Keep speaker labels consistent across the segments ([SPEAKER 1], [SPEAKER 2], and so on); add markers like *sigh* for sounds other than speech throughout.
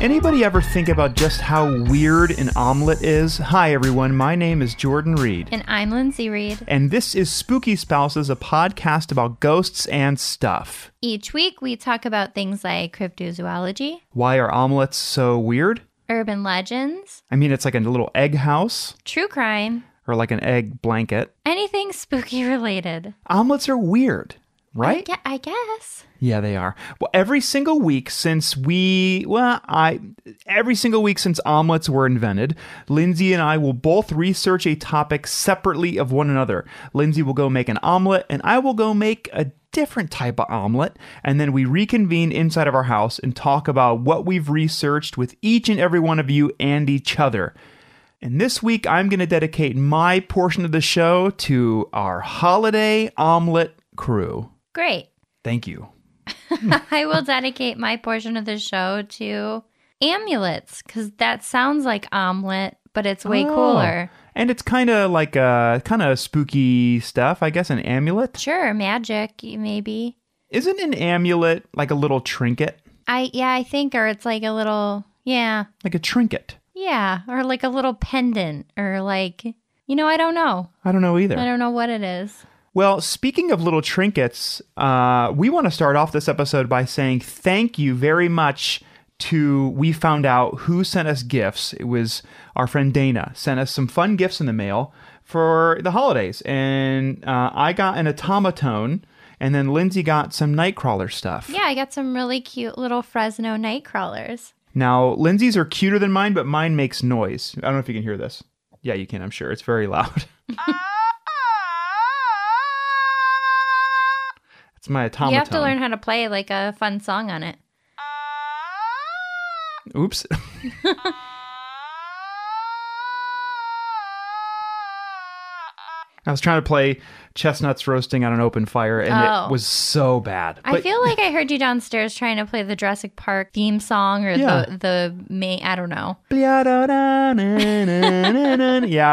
[SPEAKER 1] Anybody ever think about just how weird an omelet is? Hi, everyone. My name is Jordan Reed.
[SPEAKER 2] And I'm Lindsay Reed.
[SPEAKER 1] And this is Spooky Spouses, a podcast about ghosts and stuff.
[SPEAKER 2] Each week, we talk about things like cryptozoology,
[SPEAKER 1] Why are omelets so weird?
[SPEAKER 2] urban legends,
[SPEAKER 1] I mean, it's like a little egg house
[SPEAKER 2] true crime,
[SPEAKER 1] or like an egg blanket.
[SPEAKER 2] anything spooky related.
[SPEAKER 1] Omelets are weird, right?
[SPEAKER 2] Yeah, I guess.
[SPEAKER 1] Yeah, they are. Well, every single week since we, well, I, every single week since omelets were invented, Lindsay and I will both research a topic separately of one another. Lindsay will go make an omelet, and I will go make a different type of omelet. And then we reconvene inside of our house and talk about what we've researched with each and every one of you and each other. And this week, I'm going to dedicate my portion of the show to our holiday omelet crew.
[SPEAKER 2] Great. *laughs*
[SPEAKER 1] Thank you.
[SPEAKER 2] I will dedicate my portion of the show to amulets because that sounds like omelet, but it's way
[SPEAKER 1] Oh.
[SPEAKER 2] cooler.
[SPEAKER 1] And it's kind of like uh kind of spooky stuff, I guess. An amulet
[SPEAKER 2] Sure, magic y- maybe.
[SPEAKER 1] isn't an amulet like a little trinket,
[SPEAKER 2] I yeah, I think, or it's like a little yeah,
[SPEAKER 1] like a trinket.
[SPEAKER 2] yeah, or like a little pendant, or like you know, I don't know,
[SPEAKER 1] I don't know
[SPEAKER 2] I
[SPEAKER 1] either.
[SPEAKER 2] don't know what it is.
[SPEAKER 1] Well, speaking of little trinkets, uh, we want to start off this episode by saying thank you very much to we found out who sent us gifts. It was our friend Dana sent us some fun gifts in the mail for the holidays, and uh, I got an automaton, and then Lindsay got some Nightcrawler stuff.
[SPEAKER 2] Yeah, I got some really cute little Fresno night crawlers.
[SPEAKER 1] Now, Lindsay's are cuter than mine, but mine makes noise. I don't know if you can hear this. Yeah, you can, I'm sure. It's very loud. *laughs* it's my automaton.
[SPEAKER 2] You have to learn how to play like a fun song on it. *laughs*
[SPEAKER 1] Oops. *laughs* I was trying to play chestnuts roasting on an open fire, and
[SPEAKER 2] Oh.
[SPEAKER 1] it was so bad.
[SPEAKER 2] I
[SPEAKER 1] But-
[SPEAKER 2] feel like I heard you downstairs trying to play the Jurassic Park theme song or
[SPEAKER 1] Yeah.
[SPEAKER 2] the the main. I don't know.
[SPEAKER 1] yeah,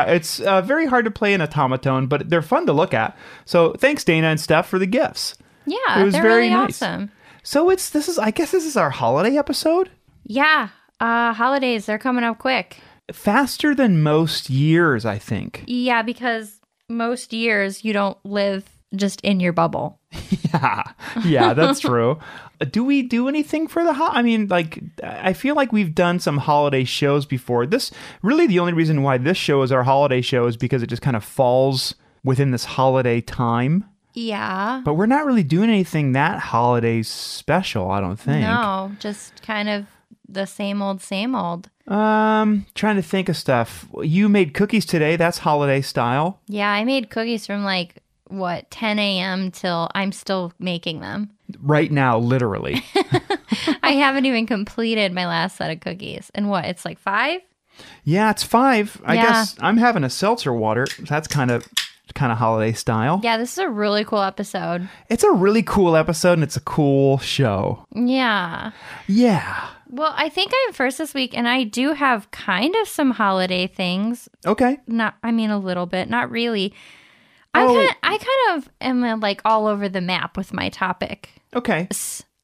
[SPEAKER 1] it's uh, very hard to play an automaton, but they're fun to look at. So thanks, Dana and Steph, for the gifts.
[SPEAKER 2] Yeah,
[SPEAKER 1] It was
[SPEAKER 2] they're
[SPEAKER 1] very
[SPEAKER 2] really
[SPEAKER 1] nice.
[SPEAKER 2] awesome.
[SPEAKER 1] So it's this is I guess this is our holiday episode.
[SPEAKER 2] Yeah, uh, holidays they're coming up quick.
[SPEAKER 1] Faster than most years, I think.
[SPEAKER 2] Yeah, because most years you don't live just in your bubble.
[SPEAKER 1] Yeah, yeah, that's true. Do we do anything for the ho- I mean, like I feel like we've done some holiday shows before. This really the only reason why this show is our holiday show is because it just kind of falls within this holiday time.
[SPEAKER 2] Yeah.
[SPEAKER 1] But we're not really doing anything that holiday special, I don't think.
[SPEAKER 2] No, just kind of the same old, same old.
[SPEAKER 1] Um, trying to think of stuff. You made cookies today. That's holiday style.
[SPEAKER 2] Yeah, I made cookies from like what 10 a.m. till I'm still making them.
[SPEAKER 1] Right now,
[SPEAKER 2] *laughs*
[SPEAKER 1] literally. *laughs*
[SPEAKER 2] I haven't even completed my last set of cookies. And what? It's like five.
[SPEAKER 1] Yeah, it's five. I
[SPEAKER 2] Yeah.
[SPEAKER 1] guess I'm having a seltzer water. That's kind of kind of holiday style.
[SPEAKER 2] Yeah, this is a really cool episode.
[SPEAKER 1] It's a really cool episode and it's a cool show.
[SPEAKER 2] Yeah.
[SPEAKER 1] Yeah.
[SPEAKER 2] Well, I think I'm first this week, and I do have kind of some holiday things.
[SPEAKER 1] Okay.
[SPEAKER 2] Not, I mean, a little bit, not really. I
[SPEAKER 1] Oh.
[SPEAKER 2] kind, I kind of am uh, like all over the map with my topic.
[SPEAKER 1] Okay.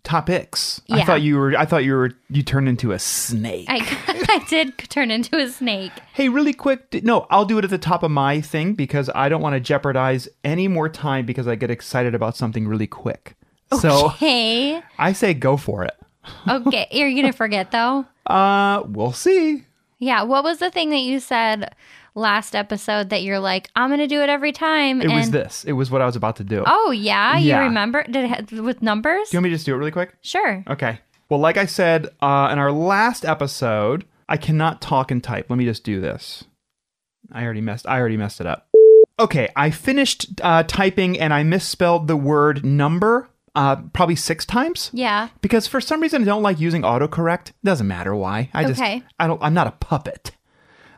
[SPEAKER 1] Topics. I
[SPEAKER 2] Yeah.
[SPEAKER 1] thought you were I thought you were you turned into a snake.
[SPEAKER 2] I, *laughs* I did turn into a snake.
[SPEAKER 1] Hey, really quick. d- No, I'll do it at the top of my thing because I don't want to jeopardize any more time because I get excited about something really quick. So
[SPEAKER 2] Hey,
[SPEAKER 1] I say go for it.
[SPEAKER 2] okay, you're gonna forget though.
[SPEAKER 1] Uh, we'll see.
[SPEAKER 2] Yeah, what was the thing that you said last episode that you're like, I'm gonna do it every time?
[SPEAKER 1] It
[SPEAKER 2] and
[SPEAKER 1] was this. It was what I was about to do.
[SPEAKER 2] oh yeah,
[SPEAKER 1] Yeah.
[SPEAKER 2] you remember? Did it ha- with numbers?
[SPEAKER 1] Do you uh, want me to just do it really quick?
[SPEAKER 2] sure.
[SPEAKER 1] Okay. Well, like I said uh, in our last episode, I cannot talk and type. Let me just do this. I already messed. I already messed it up. Okay, I finished uh, typing and I misspelled the word number uh, probably six times *laughs*
[SPEAKER 2] Yeah.
[SPEAKER 1] because for some reason I don't like using autocorrect. Doesn't matter why. I just
[SPEAKER 2] Okay.
[SPEAKER 1] I don't. I'm not a puppet.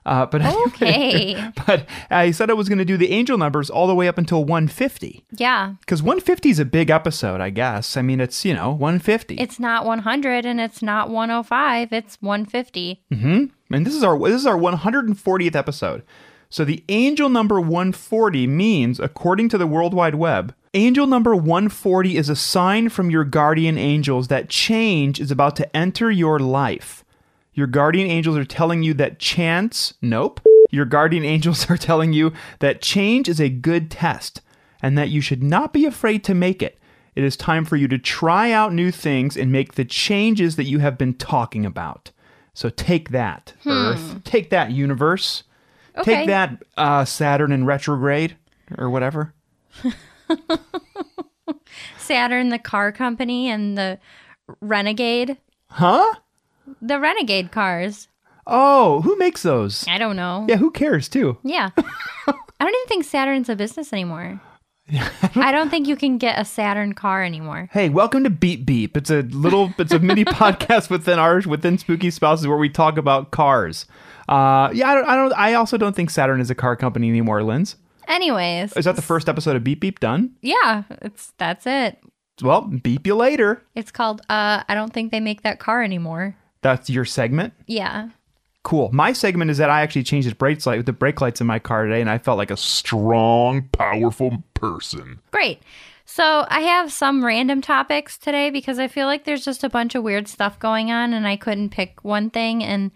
[SPEAKER 1] Uh, but anyway,
[SPEAKER 2] Okay.
[SPEAKER 1] *laughs* but I said I was going to do the angel numbers all the way up until 150
[SPEAKER 2] Yeah.
[SPEAKER 1] because 150 is a big episode, I guess. I mean, it's you know 150,
[SPEAKER 2] It's not 100 and it's not 105. It's
[SPEAKER 1] *laughs*
[SPEAKER 2] 150.
[SPEAKER 1] and this is our this is our 140th episode. So the angel number 140 means, according to the World Wide Web, angel number 140 is a sign from your guardian angels that change is about to enter your life. Your guardian angels are telling you that chance, nope. Your guardian angels *laughs* are telling you that change is a good test and that you should not be afraid to make it. It is time for you to try out new things and make the changes that you have been talking about. So take that, Earth. Take that, universe.
[SPEAKER 2] Okay.
[SPEAKER 1] Take that, uh, Saturn in retrograde or whatever.
[SPEAKER 2] Saturn, the car company, and the Renegade.
[SPEAKER 1] Huh?
[SPEAKER 2] The Renegade cars.
[SPEAKER 1] Oh, who makes those?
[SPEAKER 2] I don't know.
[SPEAKER 1] Yeah, who cares, too? *laughs*
[SPEAKER 2] Yeah. I don't even think Saturn's a business anymore. I don't think you can get a Saturn car anymore.
[SPEAKER 1] Hey, welcome to Beep Beep. It's a little, it's a mini podcast within our within Spooky Spouses where we talk about cars. Uh, yeah, I don't, I don't, I also don't think Saturn is a car company anymore. Linz,
[SPEAKER 2] Anyways,
[SPEAKER 1] is that the first episode of Beep Beep done?
[SPEAKER 2] yeah, it's that's it.
[SPEAKER 1] Well, beep you later.
[SPEAKER 2] It's called uh I don't think they make that car anymore.
[SPEAKER 1] That's your segment.
[SPEAKER 2] Yeah.
[SPEAKER 1] Cool. My segment is that I actually changed the brake light, the brake lights in my car today, and I felt like a
[SPEAKER 3] strong, powerful person.
[SPEAKER 2] Great. So, I have some random topics today because I feel like there's just a bunch of weird stuff going on and I couldn't pick one thing and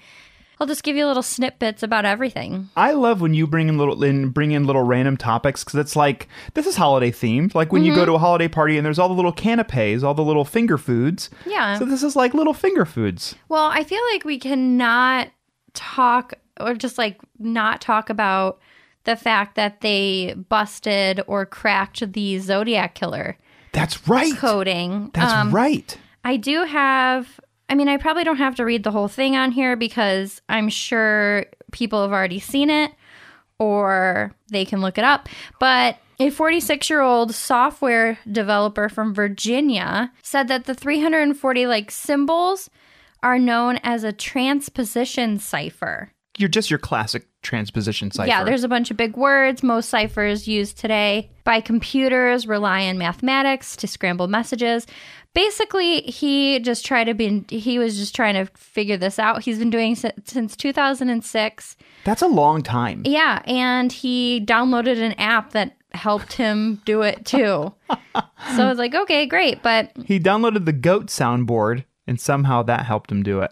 [SPEAKER 2] I'll just give you little snippets about everything.
[SPEAKER 1] I love when you bring in little in bring in little random topics because it's like this is holiday themed. Like when you
[SPEAKER 2] Mm-hmm.
[SPEAKER 1] go to a holiday party and there's all the little canapes, all the little finger foods.
[SPEAKER 2] Yeah.
[SPEAKER 1] So this is like little finger foods.
[SPEAKER 2] Well, I feel like we cannot talk or just like not talk about the fact that they busted or cracked the Zodiac killer
[SPEAKER 1] That's right.
[SPEAKER 2] coding.
[SPEAKER 1] That's
[SPEAKER 2] um,
[SPEAKER 1] right.
[SPEAKER 2] I do have. I mean, I probably don't have to read the whole thing on here because I'm sure people have already seen it or they can look it up. But a 46 year old software developer from Virginia said that the 340 like symbols are known as a transposition cipher.
[SPEAKER 1] You're just your classic transposition cipher.
[SPEAKER 2] Yeah, there's a bunch of big words. Most ciphers used today by computers rely on mathematics to scramble messages. Basically, he just tried to be, he was just trying to figure this out. He's been doing it since 2006.
[SPEAKER 1] That's a long time.
[SPEAKER 2] Yeah, and he downloaded an app that helped him do it too. so I was like, okay, great. But
[SPEAKER 1] He downloaded the goat soundboard and somehow that helped him do it.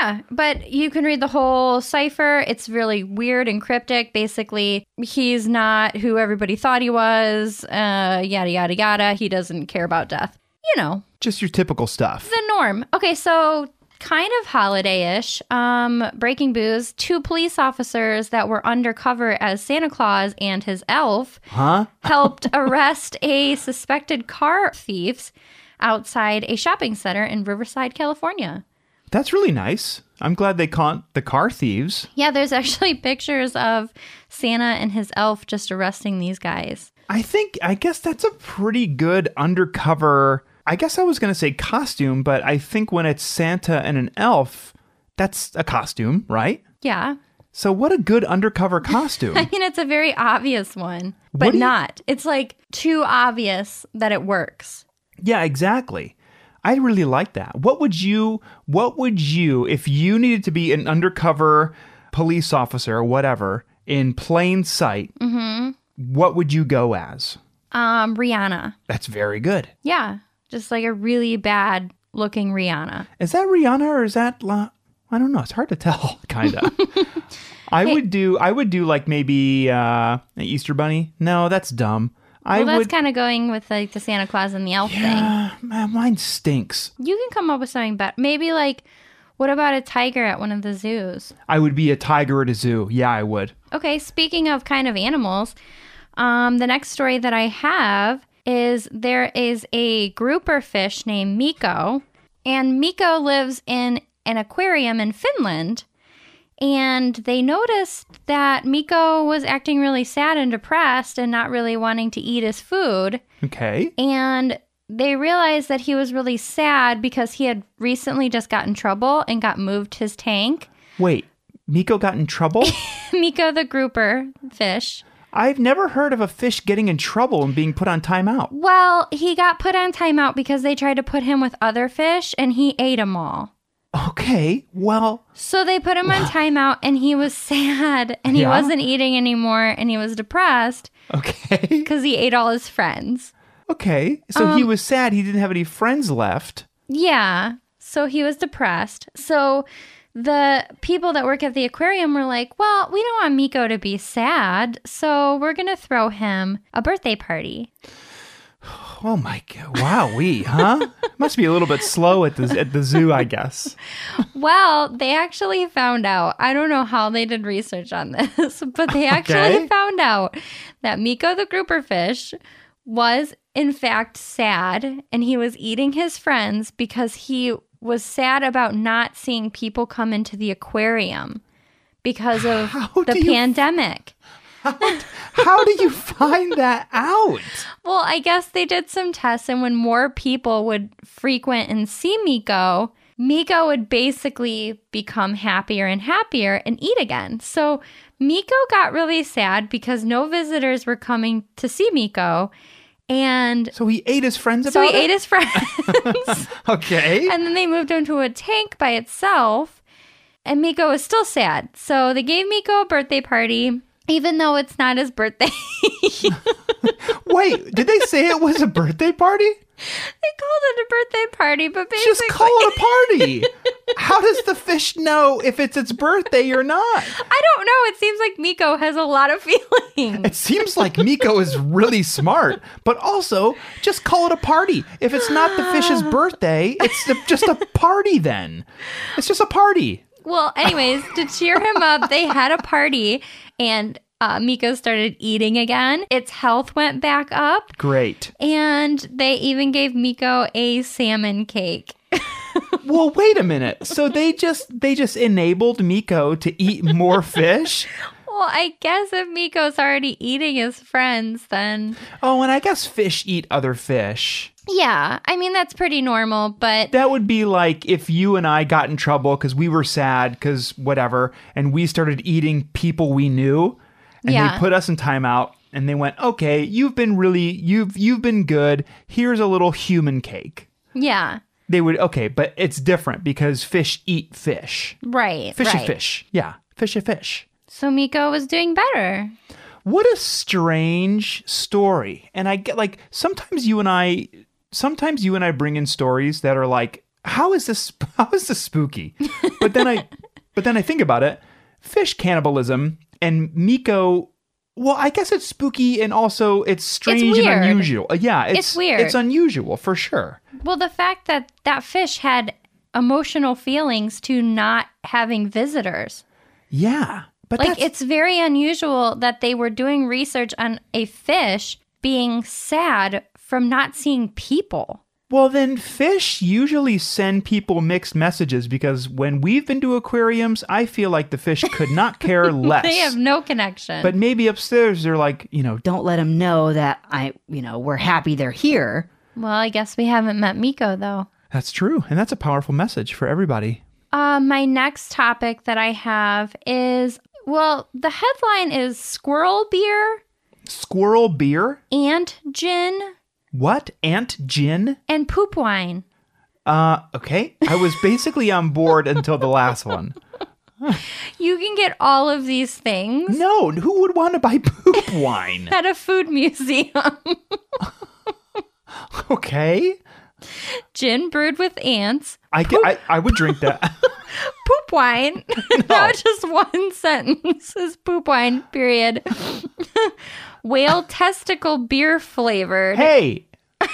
[SPEAKER 2] Yeah, but you can read the whole cipher. It's really weird and cryptic. Basically, he's not who everybody thought he was, uh, yada, yada, yada. He doesn't care about death. You know,
[SPEAKER 1] Just your typical stuff.
[SPEAKER 2] the norm. Okay, so kind of holiday ish. Um, breaking booze two police officers that were undercover as Santa Claus and his elf
[SPEAKER 1] Huh?
[SPEAKER 2] helped arrest a suspected car thieves outside a shopping center in Riverside, California.
[SPEAKER 1] That's really nice. I'm glad they caught the car thieves.
[SPEAKER 2] Yeah, there's actually *laughs* pictures of Santa and his elf just arresting these guys.
[SPEAKER 1] I think I guess that's a pretty good undercover. I guess I was going to say costume, but I think when it's Santa and an elf, that's a costume, right?
[SPEAKER 2] Yeah.
[SPEAKER 1] So what a good undercover
[SPEAKER 2] I *laughs*
[SPEAKER 1] costume.
[SPEAKER 2] mean, it's a very obvious one,
[SPEAKER 1] What
[SPEAKER 2] but
[SPEAKER 1] do you-
[SPEAKER 2] not. It's like too obvious that it works.
[SPEAKER 1] yeah, exactly. I really like that. What would you what would you if you needed to be an undercover police officer or whatever in plain sight? What would you go as?
[SPEAKER 2] Um, Rihanna.
[SPEAKER 1] That's very good.
[SPEAKER 2] Yeah. Just like a really bad looking Rihanna.
[SPEAKER 1] Is that Rihanna or is that La? I don't know. It's hard to
[SPEAKER 2] *laughs*
[SPEAKER 1] tell. Kind of. I would do. I would do like maybe uh, an Easter bunny. No, that's dumb. I
[SPEAKER 2] Well, that's
[SPEAKER 1] would.
[SPEAKER 2] kind of going with like the Santa Claus and the elf
[SPEAKER 1] Ah, man, mine stinks.
[SPEAKER 2] thing. You can come up with something better. Maybe like, what about a tiger at one of the zoos?
[SPEAKER 1] I would be a tiger at a zoo. Yeah, I would.
[SPEAKER 2] Okay, speaking of kind of animals, um, the next story that I have is there is a grouper fish named Miko, and Miko lives in an aquarium in Finland. And they noticed that Miko was acting really sad and depressed and not really wanting to eat his food.
[SPEAKER 1] Okay.
[SPEAKER 2] And they realized that he was really sad because he had recently just got in trouble and got moved his tank. *laughs*
[SPEAKER 1] Wait. Miko got in trouble?
[SPEAKER 2] Miko the grouper fish.
[SPEAKER 1] I've never heard of a fish getting in trouble and being put on timeout.
[SPEAKER 2] Well, he got put on timeout because they tried to put him with other fish and he ate them all.
[SPEAKER 1] Okay, well,
[SPEAKER 2] So they put him on timeout and he was *laughs* sad and he
[SPEAKER 1] Yeah?
[SPEAKER 2] wasn't eating anymore and he was depressed
[SPEAKER 1] okay, *laughs*
[SPEAKER 2] because he ate all his friends.
[SPEAKER 1] okay. So
[SPEAKER 2] Um,
[SPEAKER 1] he was sad he didn't have any friends left.
[SPEAKER 2] Yeah. So he was depressed. So the people that work at the aquarium were like, well, we don't want Miko to be sad. So we're going to throw him a birthday party.
[SPEAKER 1] Oh my god! Wow, we huh? Must be a little bit slow at the at the zoo, I guess.
[SPEAKER 2] Well, they actually found out. I don't know how they did research on this, *laughs* but they actually
[SPEAKER 1] Okay.
[SPEAKER 2] found out that Miko the grouper fish was in fact sad and he was eating his friends because he was sad about not seeing people come into the aquarium because of the
[SPEAKER 1] do you-
[SPEAKER 2] pandemic.
[SPEAKER 1] How do you find that out?
[SPEAKER 2] Well, I guess they did some tests, and when more people would frequent and see Miko, Miko would basically become happier and happier and eat again. So Miko got really sad because no visitors were coming to see Miko. And
[SPEAKER 1] So he ate his friends
[SPEAKER 2] so
[SPEAKER 1] about
[SPEAKER 2] he ate
[SPEAKER 1] it. *laughs*
[SPEAKER 2] his friends. *laughs*
[SPEAKER 1] okay.
[SPEAKER 2] and then they moved him to a tank by itself. And Miko was still sad. So they gave Miko a birthday party, even though it's not his birthday. *laughs*
[SPEAKER 1] Wait, did they say it was a birthday party?
[SPEAKER 2] They called it a birthday party, but basically,
[SPEAKER 1] Just call it a party. How does the fish know if it's its birthday or not?
[SPEAKER 2] I don't know. It seems like Miko has a lot of *laughs* feelings.
[SPEAKER 1] It seems like Miko is really smart, but also just call it a party. If it's not the fish's
[SPEAKER 2] *sighs*
[SPEAKER 1] birthday, it's the- just a party then. It's just a party.
[SPEAKER 2] Well, anyways, to cheer him up, they had a party and uh, Miko started eating again. Its health went back up,
[SPEAKER 1] Great.
[SPEAKER 2] and they even gave Miko a salmon cake.
[SPEAKER 1] Well, wait a minute. So they just they just enabled Miko to eat
[SPEAKER 2] *laughs*
[SPEAKER 1] more fish?
[SPEAKER 2] Well, I guess if Miko's already eating his friends, then
[SPEAKER 1] Oh, and I guess fish eat other fish.
[SPEAKER 2] yeah, I mean, that's pretty normal, but
[SPEAKER 1] That would be like if you and I got in trouble cuz we were sad cuz whatever and we started eating people we knew and
[SPEAKER 2] Yeah.
[SPEAKER 1] they put us in timeout and they went, "Okay, you've been really you've you've been good. Here's a little human cake."
[SPEAKER 2] yeah,
[SPEAKER 1] They would okay, but it's different because fish eat fish.
[SPEAKER 2] right.
[SPEAKER 1] Fishy
[SPEAKER 2] right.
[SPEAKER 1] fish. Yeah, fishy fish.
[SPEAKER 2] So Miko was doing better.
[SPEAKER 1] what a strange story and i get like sometimes you and i sometimes you and i bring in stories that are like how is this *laughs* how is this spooky but then
[SPEAKER 2] *laughs*
[SPEAKER 1] i but then i think about it fish cannibalism and miko well i guess it's spooky and also it's strange
[SPEAKER 2] weird.
[SPEAKER 1] and unusual Uh, yeah it's,
[SPEAKER 2] It's weird.
[SPEAKER 1] it's unusual for sure
[SPEAKER 2] Well, the fact that that fish had emotional feelings to not having visitors.
[SPEAKER 1] yeah but
[SPEAKER 2] Like,
[SPEAKER 1] that's,
[SPEAKER 2] it's very unusual that they were doing research on a fish being sad from not seeing people.
[SPEAKER 1] Well, then fish usually send people mixed messages because when we've been to aquariums, I feel like the fish could
[SPEAKER 2] *laughs*
[SPEAKER 1] not care less.
[SPEAKER 2] They have no connection.
[SPEAKER 1] but maybe upstairs they're like, you know,
[SPEAKER 4] Don't let them know that I, you know, we're happy they're here.
[SPEAKER 2] well, I guess we haven't met Miko, though.
[SPEAKER 1] that's true. And that's a powerful message for everybody.
[SPEAKER 2] Uh, my next topic that I have is well, the headline is Squirrel Beer,
[SPEAKER 1] Squirrel beer?
[SPEAKER 2] Ant Gin,
[SPEAKER 1] What? Ant gin?
[SPEAKER 2] and Poop Wine.
[SPEAKER 1] Uh, okay. I was basically on board until the last one.
[SPEAKER 2] You can get all of these things.
[SPEAKER 1] No, who would want to buy poop wine?
[SPEAKER 2] *laughs* at a food museum.
[SPEAKER 1] Okay.
[SPEAKER 2] Gin brewed with ants,
[SPEAKER 1] I, ca- I, I would drink
[SPEAKER 2] *laughs*
[SPEAKER 1] that.
[SPEAKER 2] poop wine. *laughs*
[SPEAKER 1] *laughs*
[SPEAKER 2] that was just one *laughs* sentence is poop wine, period. *laughs* Whale testicle beer flavored.
[SPEAKER 1] hey. *laughs*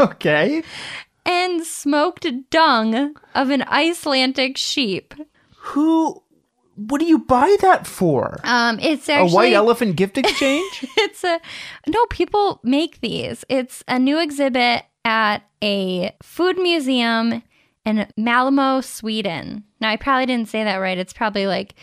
[SPEAKER 1] okay.
[SPEAKER 2] And smoked dung of an Icelandic sheep.
[SPEAKER 1] Who? What do you buy that for?
[SPEAKER 2] Um, it's
[SPEAKER 1] a
[SPEAKER 2] actually
[SPEAKER 1] white elephant gift
[SPEAKER 2] *laughs*
[SPEAKER 1] exchange?
[SPEAKER 2] it's a no people make these it's a new exhibit at a food museum in malmo sweden now i probably didn't say that right it's probably like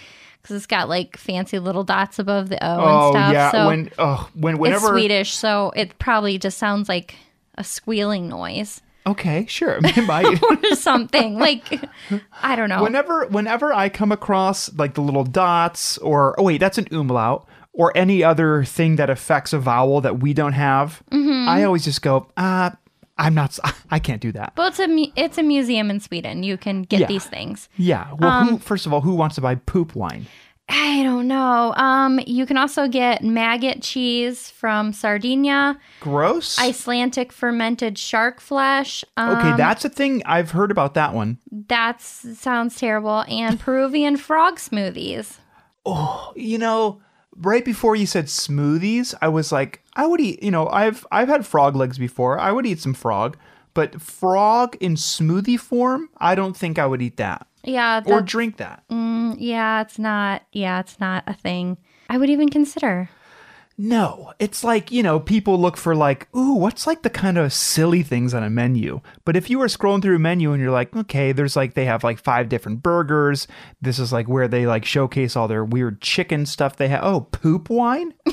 [SPEAKER 2] because it's got like fancy little dots above the o and stuff so
[SPEAKER 1] Oh, when, oh, when, whenever.
[SPEAKER 2] it's swedish so it probably just sounds like a squealing noise *laughs*
[SPEAKER 1] Okay, sure. *laughs* My-
[SPEAKER 2] or something. like, I don't know.
[SPEAKER 1] whenever whenever I come across like the little dots or oh wait, that's an umlaut or any other thing that affects a vowel that we don't have,
[SPEAKER 2] Mm-hmm.
[SPEAKER 1] I always just go, uh, I'm not s- *laughs* I can't do that.
[SPEAKER 2] well, it's a, mu- it's a museum in Sweden. You can get
[SPEAKER 1] Yeah.
[SPEAKER 2] these things.
[SPEAKER 1] Yeah. Well,
[SPEAKER 2] Um,
[SPEAKER 1] who, first of all, who wants to buy poop wine?
[SPEAKER 2] I don't know. Um, you can also get maggot cheese from Sardinia,
[SPEAKER 1] Gross.
[SPEAKER 2] Icelandic fermented shark flesh. Um,
[SPEAKER 1] okay, that's a thing I've heard about that one.
[SPEAKER 2] that sounds terrible. And Peruvian frog smoothies.
[SPEAKER 1] you know, right before you said smoothies, I was like, I would eat, you know, I've I've had frog legs before. I would eat some frog, but frog in smoothie form, I don't think I would eat that
[SPEAKER 2] Yeah,
[SPEAKER 1] or
[SPEAKER 2] that-
[SPEAKER 1] drink that.
[SPEAKER 2] yeah, it's not. Yeah, it's not a thing I would even consider.
[SPEAKER 1] No, it's like, you know, people look for like, ooh, what's like the kind of silly things on a menu? But if you were scrolling through a menu and you're like, okay, there's like, they have like five different burgers. This is like where they like showcase all their weird chicken stuff they have. Oh, poop wine? *laughs*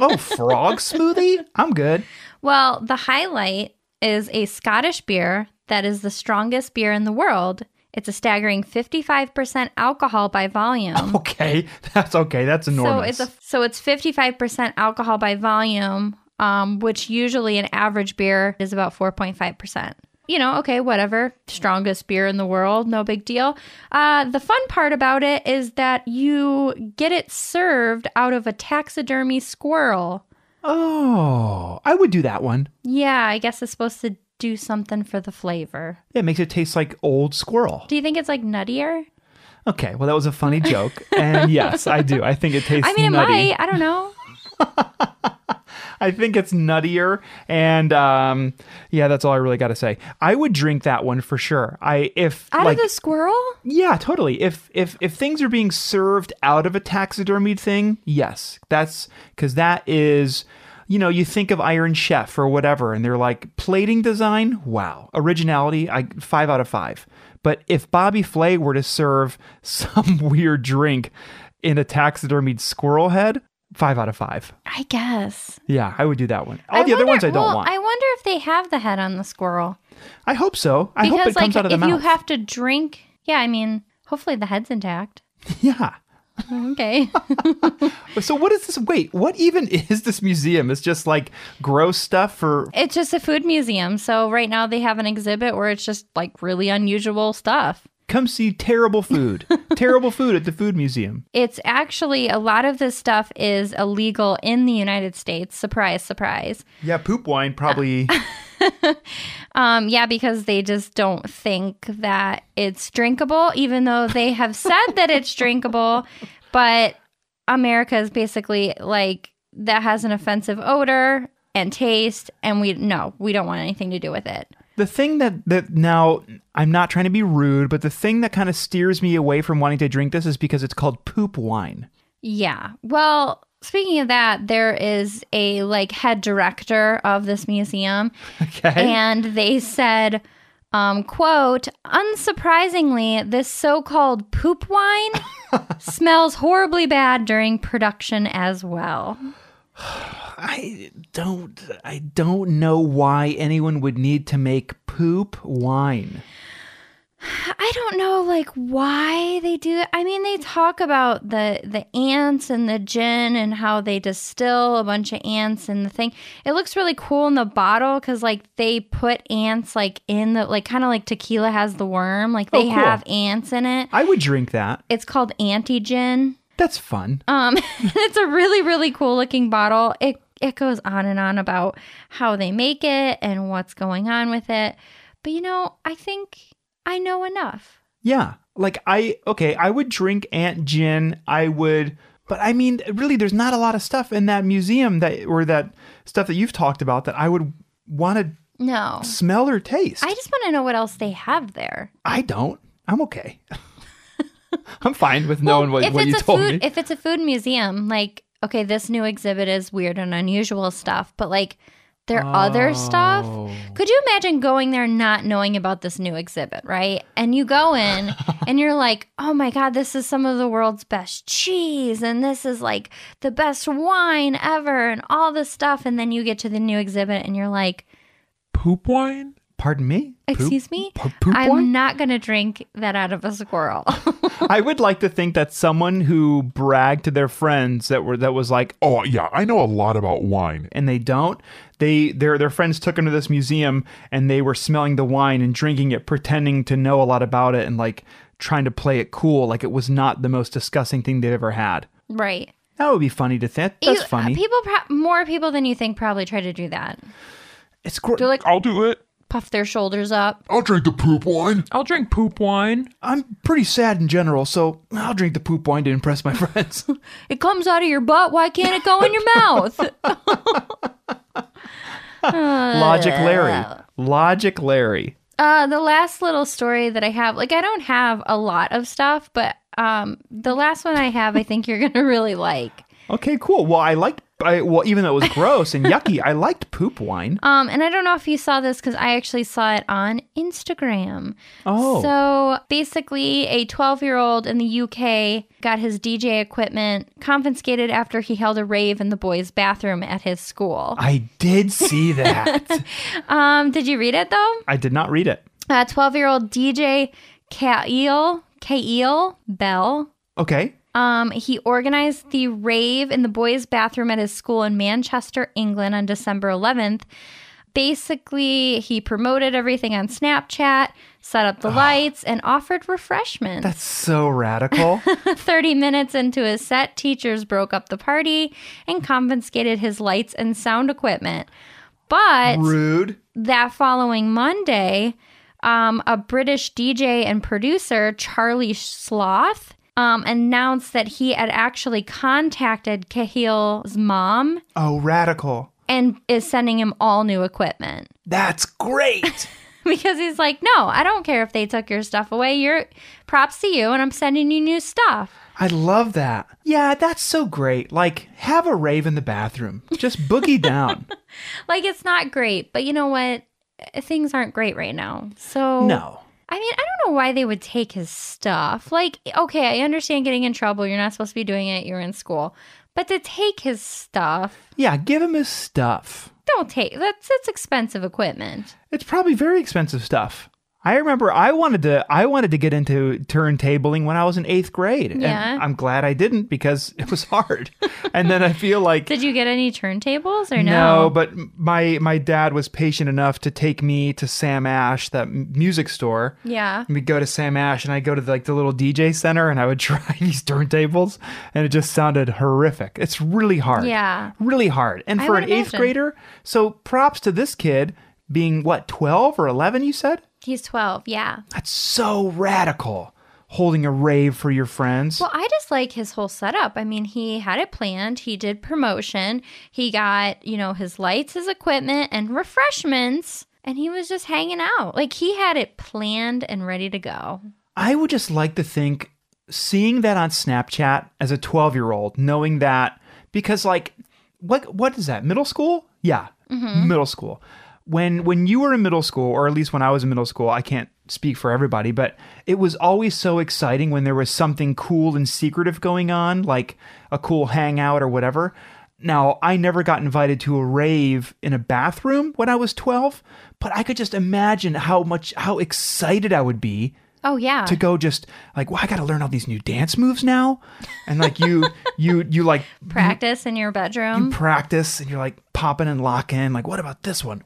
[SPEAKER 1] oh, frog smoothie? I'm good.
[SPEAKER 2] Well, the highlight is a Scottish beer that is the strongest beer in the world. It's a staggering 55% alcohol by volume.
[SPEAKER 1] *laughs* Okay, that's okay. That's enormous.
[SPEAKER 2] So it's a, so it's 55% alcohol by volume, um, which usually an average beer is about 4.5%. You know, okay, whatever. Strongest beer in the world, no big deal. Uh, the fun part about it is that you get it served out of a taxidermy squirrel.
[SPEAKER 1] oh, I would do that one.
[SPEAKER 2] Yeah, I guess it's supposed to do something for the flavor.
[SPEAKER 1] Yeah, it makes it taste like old squirrel.
[SPEAKER 2] Do you think it's like nuttier?
[SPEAKER 1] Okay, well that was a
[SPEAKER 2] *laughs*
[SPEAKER 1] funny joke, and yes, I do. I think it tastes.
[SPEAKER 2] I mean, it
[SPEAKER 1] nutty.
[SPEAKER 2] might. I don't know.
[SPEAKER 1] I think it's nuttier, and um, yeah, that's all I really got to say. I would drink that one for sure. I if
[SPEAKER 2] Out
[SPEAKER 1] like
[SPEAKER 2] of the squirrel?
[SPEAKER 1] yeah, totally. If if if things are being served out of a taxidermied thing, yes, that's because that is. You know, you think of Iron Chef or whatever, and they're like plating design. Wow, originality. I five out of five. But if Bobby Flay were to serve *laughs* some weird drink in a taxidermied squirrel head, five out of five.
[SPEAKER 2] I guess.
[SPEAKER 1] Yeah, I would do that one. All
[SPEAKER 2] I
[SPEAKER 1] the other
[SPEAKER 2] wonder-
[SPEAKER 1] ones I don't
[SPEAKER 2] well,
[SPEAKER 1] want.
[SPEAKER 2] I
[SPEAKER 1] I,
[SPEAKER 2] wonder if they have the head on the squirrel
[SPEAKER 1] hope so. I hope
[SPEAKER 2] because,
[SPEAKER 1] it
[SPEAKER 2] like,
[SPEAKER 1] comes out of the
[SPEAKER 2] if
[SPEAKER 1] mouth.
[SPEAKER 2] you have to drink, yeah, I mean, hopefully the head's intact.
[SPEAKER 1] *laughs* yeah. Mm-hmm. *laughs*
[SPEAKER 2] Okay,
[SPEAKER 1] So what is this? Wait, what even *laughs* is this museum? It's just like gross stuff for.
[SPEAKER 2] it's just a food museum, so right now they have an exhibit where it's just like really unusual stuff.
[SPEAKER 1] Come see terrible food. terrible food at the food museum.
[SPEAKER 2] It's actually a lot of this stuff is illegal in the United States. Surprise, surprise.
[SPEAKER 1] Yeah, poop wine probably.
[SPEAKER 2] Um, yeah, because they just don't think that it's drinkable, even though they have said that it's drinkable. But America is basically like that has an offensive odor and taste, and we no, we don't want anything to do with it.
[SPEAKER 1] *laughs* the thing that that now I'm not trying to be rude, but the thing that kind of steers me away from wanting to drink this is because it's called poop wine.
[SPEAKER 2] Yeah. Well, speaking of that, there is a like head director of this museum.
[SPEAKER 1] Okay.
[SPEAKER 2] and they said um, quote unsurprisingly this so-called poop wine smells horribly bad during production as well
[SPEAKER 1] I don't I don't know why anyone would need to make poop wine.
[SPEAKER 2] i don't know like why they do that i mean they talk about the the ants and the gin and how they distill a bunch of ants and the thing it looks really cool in the bottle because like they put ants like in the like kind of like tequila has the worm like they
[SPEAKER 1] cool.
[SPEAKER 2] have ants in it
[SPEAKER 1] I would drink that.
[SPEAKER 2] it's called anti-gin
[SPEAKER 1] That's fun.
[SPEAKER 2] Um, *laughs* it's a really, really cool looking bottle. It it goes on and on about how they make it and what's going on with it. But you know, I think I know enough.
[SPEAKER 1] Yeah. Like I okay, I would drink Aunt Gin. I would but I mean really there's not a lot of stuff in that museum that or that stuff that you've talked about that I would want
[SPEAKER 2] No.
[SPEAKER 1] to smell or taste.
[SPEAKER 2] I just want to know what else they have there.
[SPEAKER 1] I don't. I'm okay. *laughs* I'm fine with knowing what,
[SPEAKER 2] if
[SPEAKER 1] what
[SPEAKER 2] it's
[SPEAKER 1] you
[SPEAKER 2] a
[SPEAKER 1] told
[SPEAKER 2] food
[SPEAKER 1] me.
[SPEAKER 2] if it's a food museum, like okay, this new exhibit is weird and unusual stuff, but like their other stuff.
[SPEAKER 1] Oh.
[SPEAKER 2] Could you imagine going there not knowing about this new exhibit, right? And you
[SPEAKER 1] *laughs*
[SPEAKER 2] go in and you're like, oh my God, this is some of the world's best cheese. And this is like the best wine ever and all this stuff. And then you get to the new exhibit and you're like,
[SPEAKER 3] Poop wine?
[SPEAKER 1] Pardon
[SPEAKER 2] *laughs*
[SPEAKER 1] me? Poop?
[SPEAKER 2] Excuse me?
[SPEAKER 1] Po- poop
[SPEAKER 2] I'm
[SPEAKER 1] wine?
[SPEAKER 2] not going to drink that out of a squirrel. *laughs*
[SPEAKER 1] I would like to think that someone who bragged to their friends that were that was like,
[SPEAKER 3] Oh, yeah, I know a lot about wine.
[SPEAKER 1] and they don't. They their their friends took them to this museum and they were smelling the wine and drinking it, pretending to know a lot about it and like trying to play it cool, like it was not the most disgusting thing they'd ever had.
[SPEAKER 2] right.
[SPEAKER 1] That would be funny to think. That's
[SPEAKER 2] You- uh,
[SPEAKER 1] funny.
[SPEAKER 2] People, pro- more people than you think, probably try to do that.
[SPEAKER 1] it's great.
[SPEAKER 2] They're like,
[SPEAKER 3] I'll do it.
[SPEAKER 2] puff their shoulders up.
[SPEAKER 3] I'll drink the poop wine.
[SPEAKER 5] I'll drink poop wine.
[SPEAKER 1] I'm pretty sad in general, so I'll drink the poop wine to impress my *laughs*
[SPEAKER 2] *laughs*
[SPEAKER 1] friends.
[SPEAKER 2] Oh. It comes out of your butt. Why can't it go in your mouth?
[SPEAKER 1] Logic Larry. Logic Larry.
[SPEAKER 2] Uh, the last little story that I have, like, I don't have a lot of stuff, but um, the last one I have, I think you're *laughs* gonna really like.
[SPEAKER 1] Okay, cool. Well, I liked. I, well, even though it was gross and yucky, I liked poop wine.
[SPEAKER 2] Um, and I don't know if you saw this because I actually saw it on Instagram.
[SPEAKER 1] Oh.
[SPEAKER 2] So basically, a 12 year old in the UK got his DJ equipment confiscated after he held a rave in the boys' bathroom at his
[SPEAKER 1] *laughs*
[SPEAKER 2] school.
[SPEAKER 1] I did see
[SPEAKER 2] *laughs*
[SPEAKER 1] that.
[SPEAKER 2] Um, did you read it though?
[SPEAKER 1] I did not read it.
[SPEAKER 2] Uh, 12 year old DJ Kael, Kael Bell.
[SPEAKER 1] Okay.
[SPEAKER 2] Um, he organized the rave in the boys' bathroom at his school in Manchester, England on December 11th. Basically, he promoted everything on Snapchat, set up the lights, and offered refreshments. *laughs*
[SPEAKER 1] That's so radical.
[SPEAKER 2] 30 minutes into his set, teachers broke up the party and confiscated his lights and sound equipment. But
[SPEAKER 1] Rude.
[SPEAKER 2] that following Monday, um, a British DJ and producer, Charlie Sloth, um, announced that he had actually contacted Cahill's mom
[SPEAKER 1] Oh, radical.
[SPEAKER 2] and is sending him all new equipment. *laughs*
[SPEAKER 1] That's great.
[SPEAKER 2] Because he's like, no, I don't care if they took your stuff away. You're props to you, and I'm sending you new stuff.
[SPEAKER 1] I love that. Yeah, that's so great. Like, have a rave in the bathroom. Just boogie down.
[SPEAKER 2] *laughs* Like, it's not great, but you know what? Eh, Things aren't great right now. So,
[SPEAKER 1] No.
[SPEAKER 2] I mean, I don't know why they would take his stuff. Like, okay, I understand getting in trouble. You're not supposed to be doing it. You're in school. But to take his stuff,
[SPEAKER 1] Yeah, give him his stuff.
[SPEAKER 2] don't take that's that's expensive equipment.
[SPEAKER 1] It's probably very expensive stuff. I remember I wanted to I wanted to get into turntabling when I was in 8th grade.
[SPEAKER 2] Yeah.
[SPEAKER 1] And I'm glad I didn't because *laughs* it was hard. and then I feel like
[SPEAKER 2] Did you get any turntables or no?
[SPEAKER 1] No, but my my dad was patient enough to take me to Sam Ash, that m- music store.
[SPEAKER 2] yeah.
[SPEAKER 1] And we'd go to Sam Ash, and I'd go to like the little DJ center, and I would *laughs* try these turntables, and it just sounded horrific. It's really hard.
[SPEAKER 2] Yeah.
[SPEAKER 1] really hard. And
[SPEAKER 2] I
[SPEAKER 1] for
[SPEAKER 2] would
[SPEAKER 1] an eighth
[SPEAKER 2] imagine.
[SPEAKER 1] grader, so props to this kid being what twelve or eleven. You said
[SPEAKER 2] He's 12. Yeah.
[SPEAKER 1] that's so radical. Holding a rave for your friends.
[SPEAKER 2] Well, I just like his whole setup. I mean, he had it planned. He did promotion. He got, you know, his lights, his equipment, and refreshments, and he was just hanging out. Like he had it planned and ready to go.
[SPEAKER 1] I would just like to think seeing that on Snapchat as a 12 year old, knowing that because like what what is that? Middle school? Yeah. Middle school. When when you were in middle school, or at least when I was in middle school, I can't speak for everybody, but it was always so exciting when there was something cool and secretive going on, like a cool hangout or whatever. Now, I never got invited to a rave in a bathroom when I was 12, but I could just imagine how much how excited I would be
[SPEAKER 2] Oh yeah.
[SPEAKER 1] to go just like well i gotta learn all these new dance moves now and like you *laughs* you you like
[SPEAKER 2] practice in your bedroom.
[SPEAKER 1] practice and you're like popping and locking like what about this one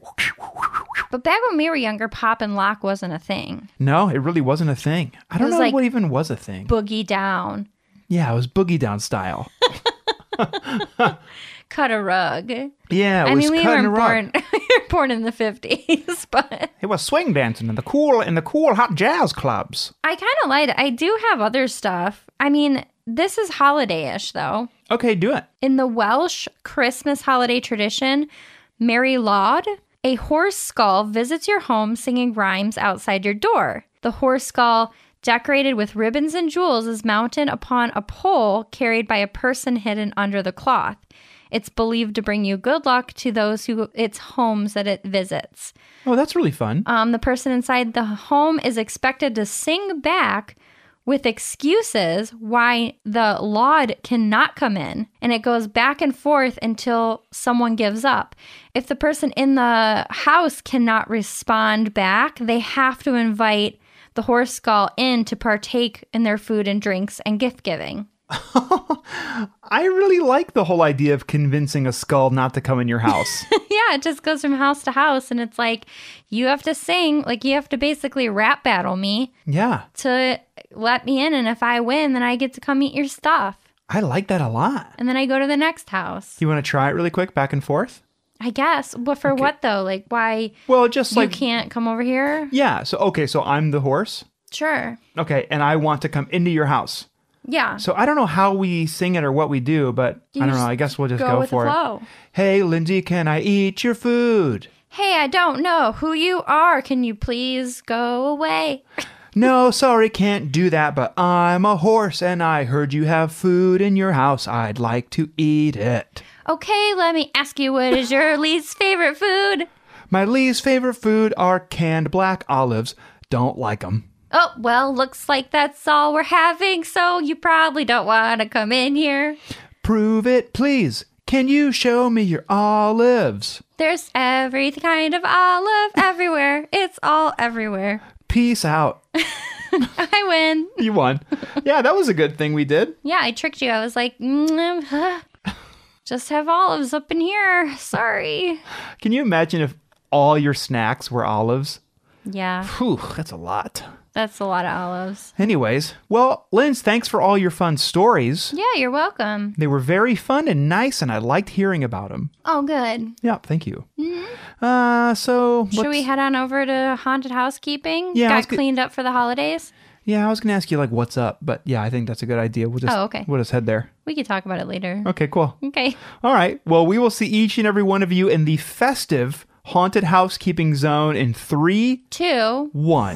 [SPEAKER 2] But back when we were younger, pop and lock wasn't a thing.
[SPEAKER 1] no it really wasn't a thing i don't
[SPEAKER 2] was
[SPEAKER 1] know
[SPEAKER 2] like-
[SPEAKER 1] what even was a thing
[SPEAKER 2] Boogie down,
[SPEAKER 1] yeah it was boogie down style
[SPEAKER 2] cut a rug.
[SPEAKER 1] yeah it
[SPEAKER 2] I
[SPEAKER 1] was
[SPEAKER 2] mean, we
[SPEAKER 1] cutting a rug.
[SPEAKER 2] weren't born. *laughs* we were born in the fifties, *laughs* but
[SPEAKER 1] it was swing dancing in the cool in the cool hot jazz clubs
[SPEAKER 2] I kind of lied. I do have other stuff. I mean, this is holiday-ish though.
[SPEAKER 1] okay do it
[SPEAKER 2] In the Welsh Christmas holiday tradition, Mary Laud, a horse skull visits your home singing rhymes outside your door. The horse skull, decorated with ribbons and jewels, is mounted upon a pole carried by a person hidden under the cloth. It's believed to bring you good luck to those who its homes that it visits.
[SPEAKER 1] oh that's really fun
[SPEAKER 2] Um, the person inside the home is expected to sing back with excuses why the laud cannot come in. And it goes back and forth until someone gives up. If the person in the house cannot respond back, they have to invite the horse skull in to partake in their food and drinks and gift giving. *laughs*
[SPEAKER 1] I really like the whole idea of convincing a skull not to come in your
[SPEAKER 2] *laughs*
[SPEAKER 1] house.
[SPEAKER 2] yeah, it just goes from house to house. And it's like, you have to sing, like, you have to basically rap battle me
[SPEAKER 1] yeah,
[SPEAKER 2] to let me in. And if I win, then I get to come eat your stuff.
[SPEAKER 1] I like that a lot.
[SPEAKER 2] And then I go to the next house.
[SPEAKER 1] You want to try it really quick, back and forth?
[SPEAKER 2] I guess. But for what though? Like why
[SPEAKER 1] Well, just like
[SPEAKER 2] you can't come over here?
[SPEAKER 1] yeah. So okay, so I'm the horse.
[SPEAKER 2] Sure.
[SPEAKER 1] Okay, and I want to come into your house.
[SPEAKER 2] Yeah.
[SPEAKER 1] So I don't know how we sing it or what we do, but
[SPEAKER 2] You
[SPEAKER 1] I don't know.
[SPEAKER 2] just
[SPEAKER 1] I guess we'll just
[SPEAKER 2] go
[SPEAKER 1] go,
[SPEAKER 2] with the
[SPEAKER 1] for
[SPEAKER 2] flow.
[SPEAKER 1] it. Hey, Lindsay, can I eat your food?
[SPEAKER 2] Hey, I don't know who you are. Can you please go away?
[SPEAKER 1] No, sorry, can't do that, but I'm a horse and I heard you have food in your house. I'd like to eat it.
[SPEAKER 2] Okay, let me ask you what
[SPEAKER 1] *laughs*
[SPEAKER 2] is your least favorite food?
[SPEAKER 1] My Lee's favorite food are canned black olives. Don't like them.
[SPEAKER 2] Oh, well, looks like that's all we're having, so you probably don't want to come in here.
[SPEAKER 1] Prove it, please. Can you show me your olives?
[SPEAKER 2] There's every kind of olive everywhere. It's all everywhere.
[SPEAKER 1] Peace out. *laughs*
[SPEAKER 2] *laughs* I win.
[SPEAKER 1] You won. yeah, that was a good thing we did.
[SPEAKER 2] Yeah, I tricked you. I was like, mm, huh. just have olives up in here. Sorry.
[SPEAKER 1] Can you imagine if all your snacks were olives?
[SPEAKER 2] Yeah,
[SPEAKER 1] Whew, that's a lot.
[SPEAKER 2] that's a lot of olives.
[SPEAKER 1] Anyways, well, Linz, thanks for all your fun stories.
[SPEAKER 2] Yeah, you're welcome.
[SPEAKER 1] They were very fun and nice, and I liked hearing about them.
[SPEAKER 2] Oh, good.
[SPEAKER 1] Yeah, thank you. Uh, so
[SPEAKER 2] Mm-hmm. Should we
[SPEAKER 1] what's-
[SPEAKER 2] head on over to haunted housekeeping?
[SPEAKER 1] Yeah, I was
[SPEAKER 2] got
[SPEAKER 1] go-
[SPEAKER 2] cleaned up for the holidays.
[SPEAKER 1] Yeah, I was gonna ask you like what's up, but yeah, I think that's a good idea. We'll just
[SPEAKER 2] Oh, okay.
[SPEAKER 1] we'll just head there.
[SPEAKER 2] We could talk about it later.
[SPEAKER 1] Okay, cool.
[SPEAKER 2] Okay.
[SPEAKER 1] All right. Well, we will see each and every one of you in the festive haunted housekeeping zone in three,
[SPEAKER 2] Two.
[SPEAKER 1] one.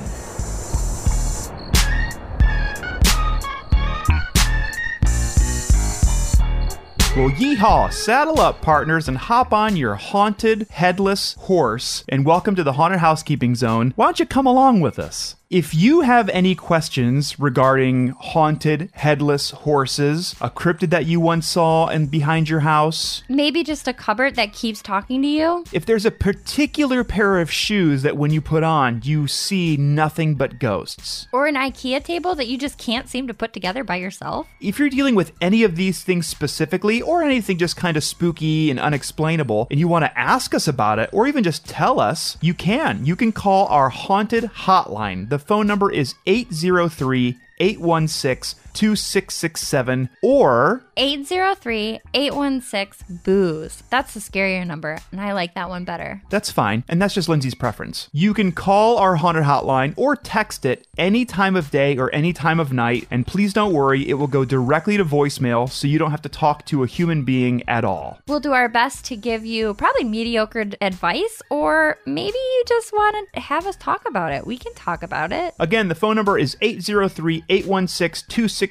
[SPEAKER 1] Well, yeehaw! Saddle up, partners, and hop on your haunted, headless horse, and welcome to the Haunted Housekeeping Zone. Why don't you come along with us? If you have any questions regarding haunted, headless horses, a cryptid that you once saw and behind your house,
[SPEAKER 2] Maybe just a cupboard that keeps talking to you.
[SPEAKER 1] if there's a particular pair of shoes that when you put on, you see nothing but ghosts,
[SPEAKER 2] Or an IKEA table that you just can't seem to put together by yourself.
[SPEAKER 1] If you're dealing with any of these things specifically, or anything just kind of spooky and unexplainable, and you want to ask us about it, or even just tell us, you can. You can call our haunted hotline. The phone number is 803 816 2667, or
[SPEAKER 2] 803-816-BOOZE. That's the scarier number, and I like that one better.
[SPEAKER 1] That's fine. And that's just Lindsay's preference. You can call our haunted hotline or text it any time of day or any time of night. And please don't worry, it will go directly to voicemail so you don't have to talk to a human being at all.
[SPEAKER 2] We'll do our best to give you probably mediocre d- advice, or maybe you just want to have us talk about it. We can talk about it.
[SPEAKER 1] Again, the phone number is 803 816 2667.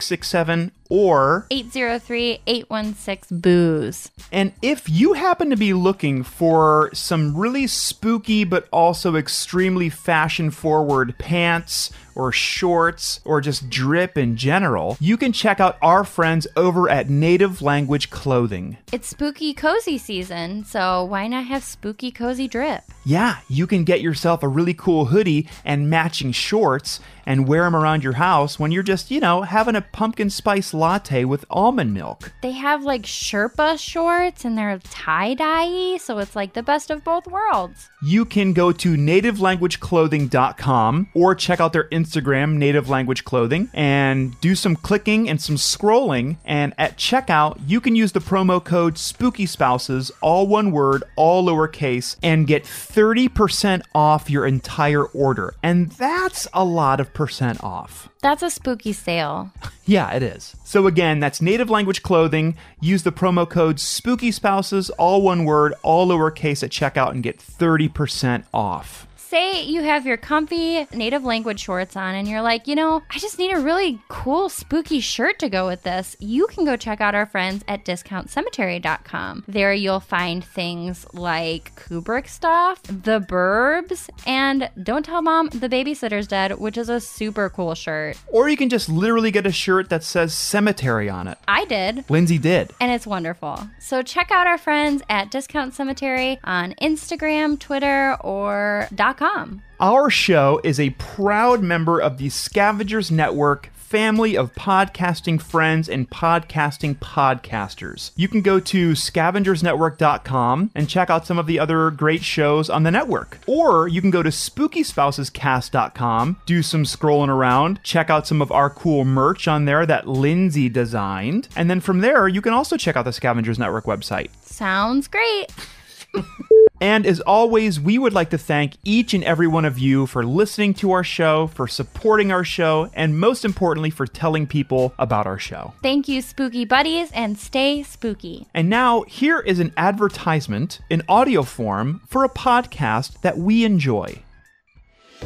[SPEAKER 1] Or,
[SPEAKER 2] 803-816-BOOZE.
[SPEAKER 1] and if you happen to be looking for some really spooky but also extremely fashion forward pants or shorts or just drip in general, you can check out our friends over at Native Language Clothing.
[SPEAKER 2] It's spooky cozy season, so why not have spooky cozy drip?
[SPEAKER 1] Yeah, you can get yourself a really cool hoodie and matching shorts and wear them around your house when you're just, you know, having a pumpkin spice latte with almond milk.
[SPEAKER 2] They have like Sherpa shorts and they're tie-dye, so it's like the best of both worlds.
[SPEAKER 1] you can go to nativelanguageclothing.com or check out their Instagram, Native Language Clothing, and do some clicking and some scrolling. And at checkout, you can use the promo code Spooky Spouses, all one word, all lowercase, and get 30% off your entire order. And that's a lot of percent off.
[SPEAKER 2] That's a spooky sale.
[SPEAKER 1] Yeah, it is. So again, that's native language clothing. Use the promo code Spooky Spouses, all one word, all lowercase at checkout, and get 30% off.
[SPEAKER 2] say you have your comfy native language shorts on and you're like, you know, I just need a really cool, spooky shirt to go with this, you can go check out our friends at discountcemetery.com. There you'll find things like Kubrick stuff, The Burbs, and Don't Tell Mom the Babysitter's Dead, which is a super cool shirt.
[SPEAKER 1] Or you can just literally get a shirt that says cemetery on it.
[SPEAKER 2] I did.
[SPEAKER 1] Lindsay did.
[SPEAKER 2] and it's wonderful. So check out our friends at Discount Cemetery on Instagram, Twitter, or .com.
[SPEAKER 1] Our show is a proud member of the Scavengers Network family of podcasting friends and podcasting podcasters. You can go to scavengersnetwork.com and check out some of the other great shows on the network. Or you can go to spookyspousescast.com, do some scrolling around, check out some of our cool merch on there that Lindsay designed. And then from there, you can also check out the Scavengers Network website.
[SPEAKER 2] Sounds great.
[SPEAKER 1] And as always, we would like to thank each and every one of you for listening to our show, for supporting our show, and most importantly, for telling people about our show.
[SPEAKER 2] Thank you, spooky buddies, and stay spooky.
[SPEAKER 1] And now, here is an advertisement in audio form for a podcast that we enjoy.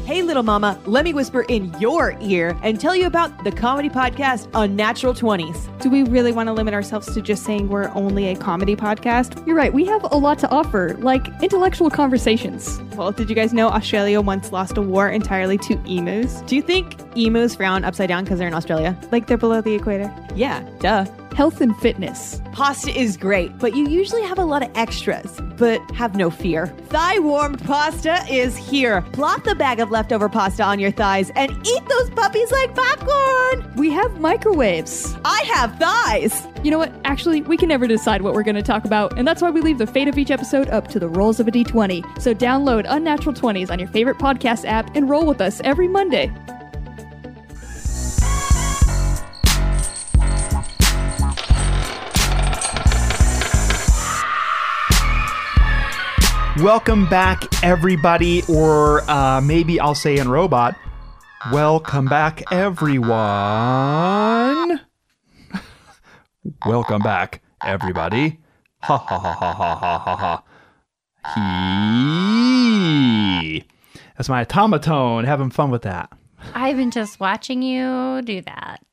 [SPEAKER 5] Hey, little mama, let me whisper in your ear and tell you about the comedy podcast Unnatural 20s.
[SPEAKER 6] Do we really want to limit ourselves to just saying we're only a comedy podcast?
[SPEAKER 7] You're right, we have a lot to offer, like intellectual conversations.
[SPEAKER 6] Well, did you guys know Australia once lost a war entirely to emus?
[SPEAKER 5] Do you think emus frown upside down because they're in Australia?
[SPEAKER 6] Like they're below the equator?
[SPEAKER 5] Yeah, duh.
[SPEAKER 7] Health and fitness.
[SPEAKER 5] Pasta is great, but you usually have a lot of extras, but have no fear. Thigh warmed pasta is here. Plop the bag of leftover pasta on your thighs and eat those puppies like popcorn.
[SPEAKER 7] We have microwaves.
[SPEAKER 5] I have thighs.
[SPEAKER 7] You know what? Actually, we can never decide what we're going to talk about, and that's why we leave the fate of each episode up to the rolls of a d20. So download Unnatural 20s on your favorite podcast app and roll with us every Monday.
[SPEAKER 1] Welcome back, everybody, or uh, maybe I'll say in robot, welcome back, everyone. *laughs* welcome back, everybody. Ha ha ha ha ha ha ha ha. He. That's my automaton. Having fun with that. *laughs*
[SPEAKER 2] I've been just watching you do that.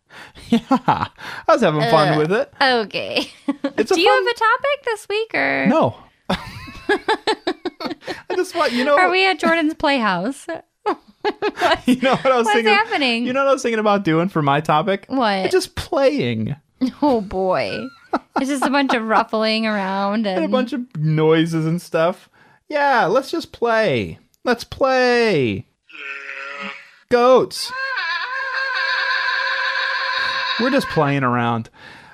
[SPEAKER 1] Yeah, I was having fun
[SPEAKER 2] Uh.
[SPEAKER 1] with it.
[SPEAKER 2] Okay.
[SPEAKER 1] It's a
[SPEAKER 2] *laughs* Do you
[SPEAKER 1] fun-
[SPEAKER 2] have a topic this week, or
[SPEAKER 1] No.
[SPEAKER 2] *laughs*
[SPEAKER 1] *laughs* I just want you know.
[SPEAKER 2] are we at Jordan's Playhouse?
[SPEAKER 1] *laughs* You know what I was
[SPEAKER 2] What's
[SPEAKER 1] thinking?
[SPEAKER 2] happening?
[SPEAKER 1] You know what I was thinking about doing for my topic?
[SPEAKER 2] What?
[SPEAKER 1] Just playing.
[SPEAKER 2] Oh boy, *laughs* it's just a bunch of ruffling around and,
[SPEAKER 1] And a bunch of noises and stuff. Yeah, let's just play. Let's play. Goats. We're just playing around.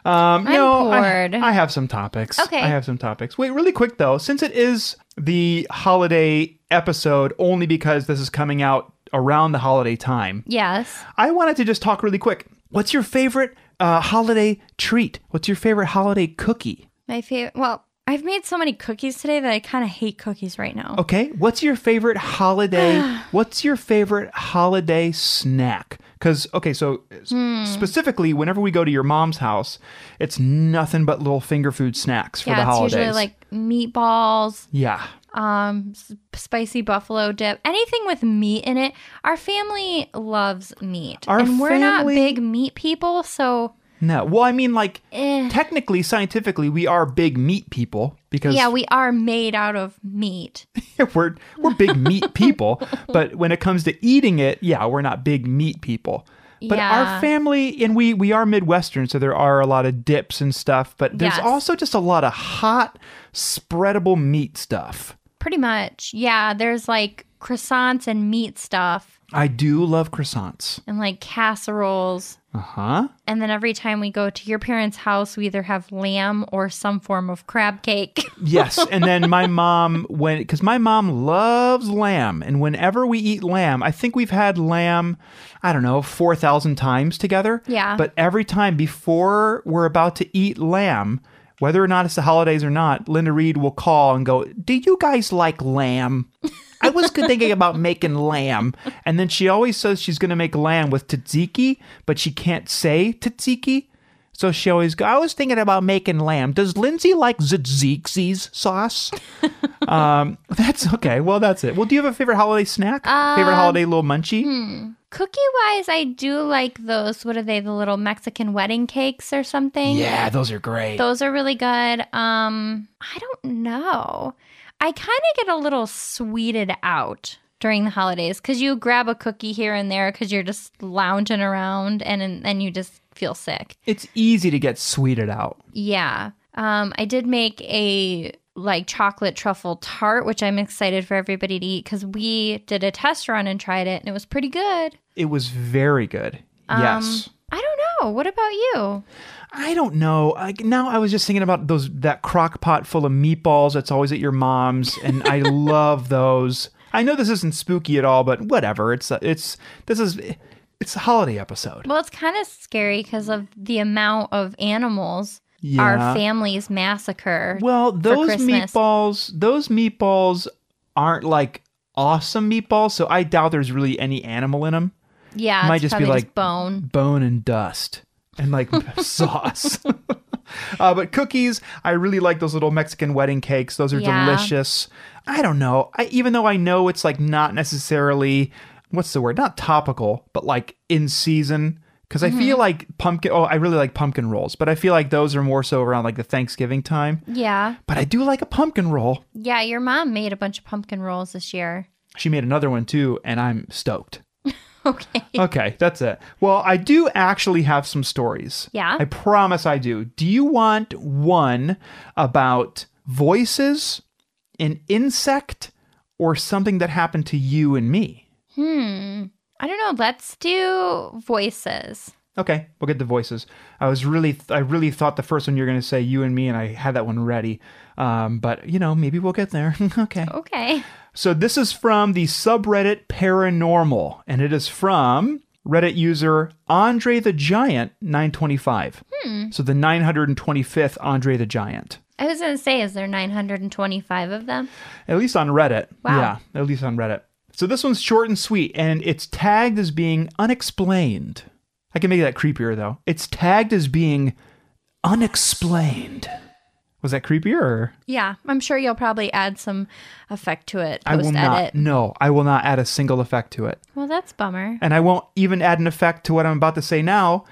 [SPEAKER 1] Um,
[SPEAKER 2] I'm
[SPEAKER 1] no, I-
[SPEAKER 2] bored.
[SPEAKER 1] I, have some topics.
[SPEAKER 2] Okay.
[SPEAKER 1] I have some topics. Wait, really quick though, since it is the holiday episode, only because this is coming out around the holiday time,
[SPEAKER 2] yes.
[SPEAKER 1] I wanted to just talk really quick. What's your favorite uh, holiday treat? What's your favorite holiday cookie?
[SPEAKER 2] My favorite. Well, I've made so many cookies today that I kind of hate cookies right now.
[SPEAKER 1] Okay. What's your favorite
[SPEAKER 2] *sighs*
[SPEAKER 1] holiday? what's your favorite holiday snack? Because okay, so s-
[SPEAKER 2] Hmm.
[SPEAKER 1] specifically, whenever we go to your mom's house, it's nothing but little finger food snacks for
[SPEAKER 2] yeah,
[SPEAKER 1] the
[SPEAKER 2] it's
[SPEAKER 1] holidays.
[SPEAKER 2] usually like meatballs,
[SPEAKER 1] yeah,
[SPEAKER 2] um s- spicy buffalo dip anything with meat in it our family loves meat
[SPEAKER 1] Our
[SPEAKER 2] and we're not
[SPEAKER 1] family-
[SPEAKER 2] big meat people so
[SPEAKER 1] no. Well, I mean, like
[SPEAKER 2] Eh.
[SPEAKER 1] technically, scientifically, we are big meat people because
[SPEAKER 2] yeah we are made out of meat
[SPEAKER 1] *laughs* we're we're big meat people, but when it comes to eating it, yeah, we're not big meat people. But our
[SPEAKER 2] Yeah.
[SPEAKER 1] family and we we are Midwestern, so there are a lot of dips and stuff, but there's
[SPEAKER 2] Yes.
[SPEAKER 1] also just a lot of hot spreadable meat stuff.
[SPEAKER 2] pretty much yeah there's like croissants and meat stuff
[SPEAKER 1] I do love croissants.
[SPEAKER 2] and like casseroles
[SPEAKER 1] Uh-huh.
[SPEAKER 2] and then every time we go to your parents' house, we either have lamb or some form of crab cake. *laughs*
[SPEAKER 1] Yes, and then my mom when cuz my mom loves lamb and whenever we eat lamb, I think we've had lamb I don't know 4,000 times together.
[SPEAKER 2] Yeah.
[SPEAKER 1] But every time before we're about to eat lamb, whether or not it's the holidays or not, Linda Reed will call and go, "Do you guys like lamb?" I was good thinking about making lamb, and then she always says she's going to make lamb with tzatziki, but she can't say tzatziki. So she always go, I was thinking about making lamb. Does Lindsay like tzatzikis sauce? um, that's okay. Well, that's it. Well, do you have a favorite holiday snack? favorite holiday little munchie?
[SPEAKER 2] Cookie wise, I do like those. What are they? The little Mexican wedding cakes or something?
[SPEAKER 1] Yeah, those are great.
[SPEAKER 2] Those are really good. Um, I don't know. I kind of get a little sweeted out during the holidays because you grab a cookie here and there because you're just lounging around and and then you just feel sick.
[SPEAKER 1] It's easy to get sweeted out.
[SPEAKER 2] Yeah. Um, I did make a like chocolate truffle tart, which I'm excited for everybody to eat because we did a test run and tried it and it was pretty good.
[SPEAKER 1] It was very good.
[SPEAKER 2] Um,
[SPEAKER 1] yes.
[SPEAKER 2] I don't know. What about you?
[SPEAKER 1] I don't know. Like now, I was just thinking about those that crock pot full of meatballs that's always at your mom's, and
[SPEAKER 2] *laughs*
[SPEAKER 1] I love those. I know this isn't spooky at all, but whatever. It's uh, it's this is it's a holiday episode.
[SPEAKER 2] Well, it's kind of scary because of the amount of animals
[SPEAKER 1] Yeah.
[SPEAKER 2] our families massacre.
[SPEAKER 1] Well, those
[SPEAKER 2] Christmas.
[SPEAKER 1] meatballs, those meatballs aren't like awesome meatballs, so I doubt there's really any animal in them.
[SPEAKER 2] yeah,
[SPEAKER 1] might
[SPEAKER 2] it's
[SPEAKER 1] just be
[SPEAKER 2] probably
[SPEAKER 1] like-
[SPEAKER 2] just bone.
[SPEAKER 1] bone and dust and like *laughs* sauce. *laughs* uh, but cookies, I really like those little Mexican wedding cakes. Those are
[SPEAKER 2] Yeah.
[SPEAKER 1] delicious. I don't know. I, even though I know it's like not necessarily what's the word? Not topical, but like in season. Because I feel like pumpkin. Oh, I really like pumpkin rolls, but I feel like those are more so around like the Thanksgiving time.
[SPEAKER 2] Yeah,
[SPEAKER 1] But I do like a pumpkin roll.
[SPEAKER 2] yeah. Your mom made a bunch of pumpkin rolls this year. *laughs*
[SPEAKER 1] She made another one too, and I'm stoked.
[SPEAKER 2] Okay.
[SPEAKER 1] Okay, that's it. Well, I do actually have some stories.
[SPEAKER 2] Yeah?
[SPEAKER 1] I promise I do. Do you want one about voices, an insect, or something that happened to you and me?
[SPEAKER 2] Hmm. I don't know. Let's do voices.
[SPEAKER 1] Okay, we'll get the voices. I was really, I really thought the first one you were going to say you and me, and I had that one ready. Um, but you know, maybe we'll get there. *laughs* okay.
[SPEAKER 2] Oh. Okay.
[SPEAKER 1] So this is from the subreddit Paranormal, and it is from Reddit user Andre the Giant 925. So the 925th Andre the Giant.
[SPEAKER 2] I was gonna say, is there 925 of them?
[SPEAKER 1] At least on Reddit.
[SPEAKER 2] Wow.
[SPEAKER 1] Yeah, at least on Reddit. So this one's short and sweet, and it's tagged as being unexplained. I can make that creepier though. It's tagged as being unexplained. Was that creepier? Or?
[SPEAKER 2] Yeah, I'm sure you'll probably add some effect to it
[SPEAKER 1] I will
[SPEAKER 2] post
[SPEAKER 1] not.
[SPEAKER 2] edit.
[SPEAKER 1] No, I will not add a single effect to it.
[SPEAKER 2] Well, that's bummer.
[SPEAKER 1] And I won't even add an effect to what I'm about to say now.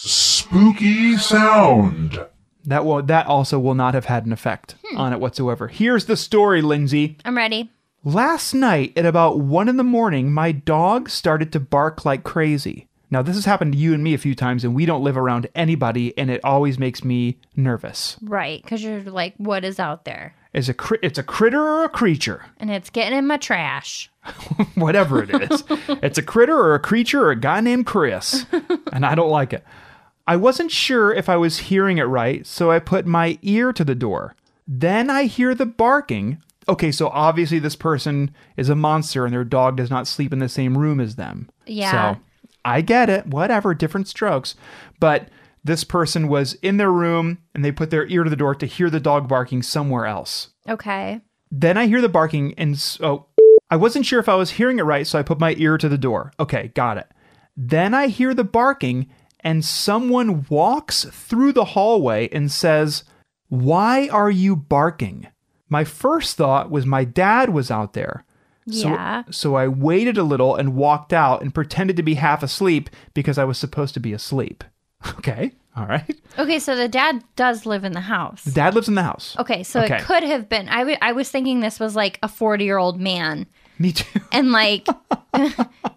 [SPEAKER 3] Spooky sound.
[SPEAKER 1] That will that also will not have had an effect on it whatsoever. Here's the story, Lindsay.
[SPEAKER 2] I'm ready.
[SPEAKER 1] Last night at about one in the morning, my dog started to bark like crazy. Now this has happened to you and me a few times, and we don't live around anybody, and it always makes me nervous.
[SPEAKER 2] Right, because you're like, what is out there?
[SPEAKER 1] Is a cri- it's a critter or a creature,
[SPEAKER 2] And it's getting in my trash.
[SPEAKER 1] *laughs* whatever it is. it's a critter or a creature or a guy named Chris, and I don't like it. I wasn't sure if I was hearing it right, so I put my ear to the door. Then I hear the barking. Okay, so obviously this person is a monster and their dog does not sleep in the same room as them.
[SPEAKER 2] Yeah.
[SPEAKER 1] So I get it. Whatever, different strokes. But this person was in their room and they put their ear to the door to hear the dog barking somewhere else.
[SPEAKER 2] Okay.
[SPEAKER 1] Then I hear the barking, and s- oh, I wasn't sure if I was hearing it right, so I put my ear to the door. Okay, got it. Then I hear the barking, and someone walks through the hallway and says, Why are you barking? My first thought was my dad was out there. So,
[SPEAKER 2] Yeah.
[SPEAKER 1] so I waited a little and walked out and pretended to be half asleep because I was supposed to be asleep. *laughs* Okay, all right.
[SPEAKER 2] Okay, so the dad does live in the house.
[SPEAKER 1] Dad lives in the house.
[SPEAKER 2] Okay, so
[SPEAKER 1] Okay.
[SPEAKER 2] it could have been. I, w- I was thinking this was like a 40 year old man,
[SPEAKER 1] Me too.
[SPEAKER 2] and like
[SPEAKER 1] *laughs*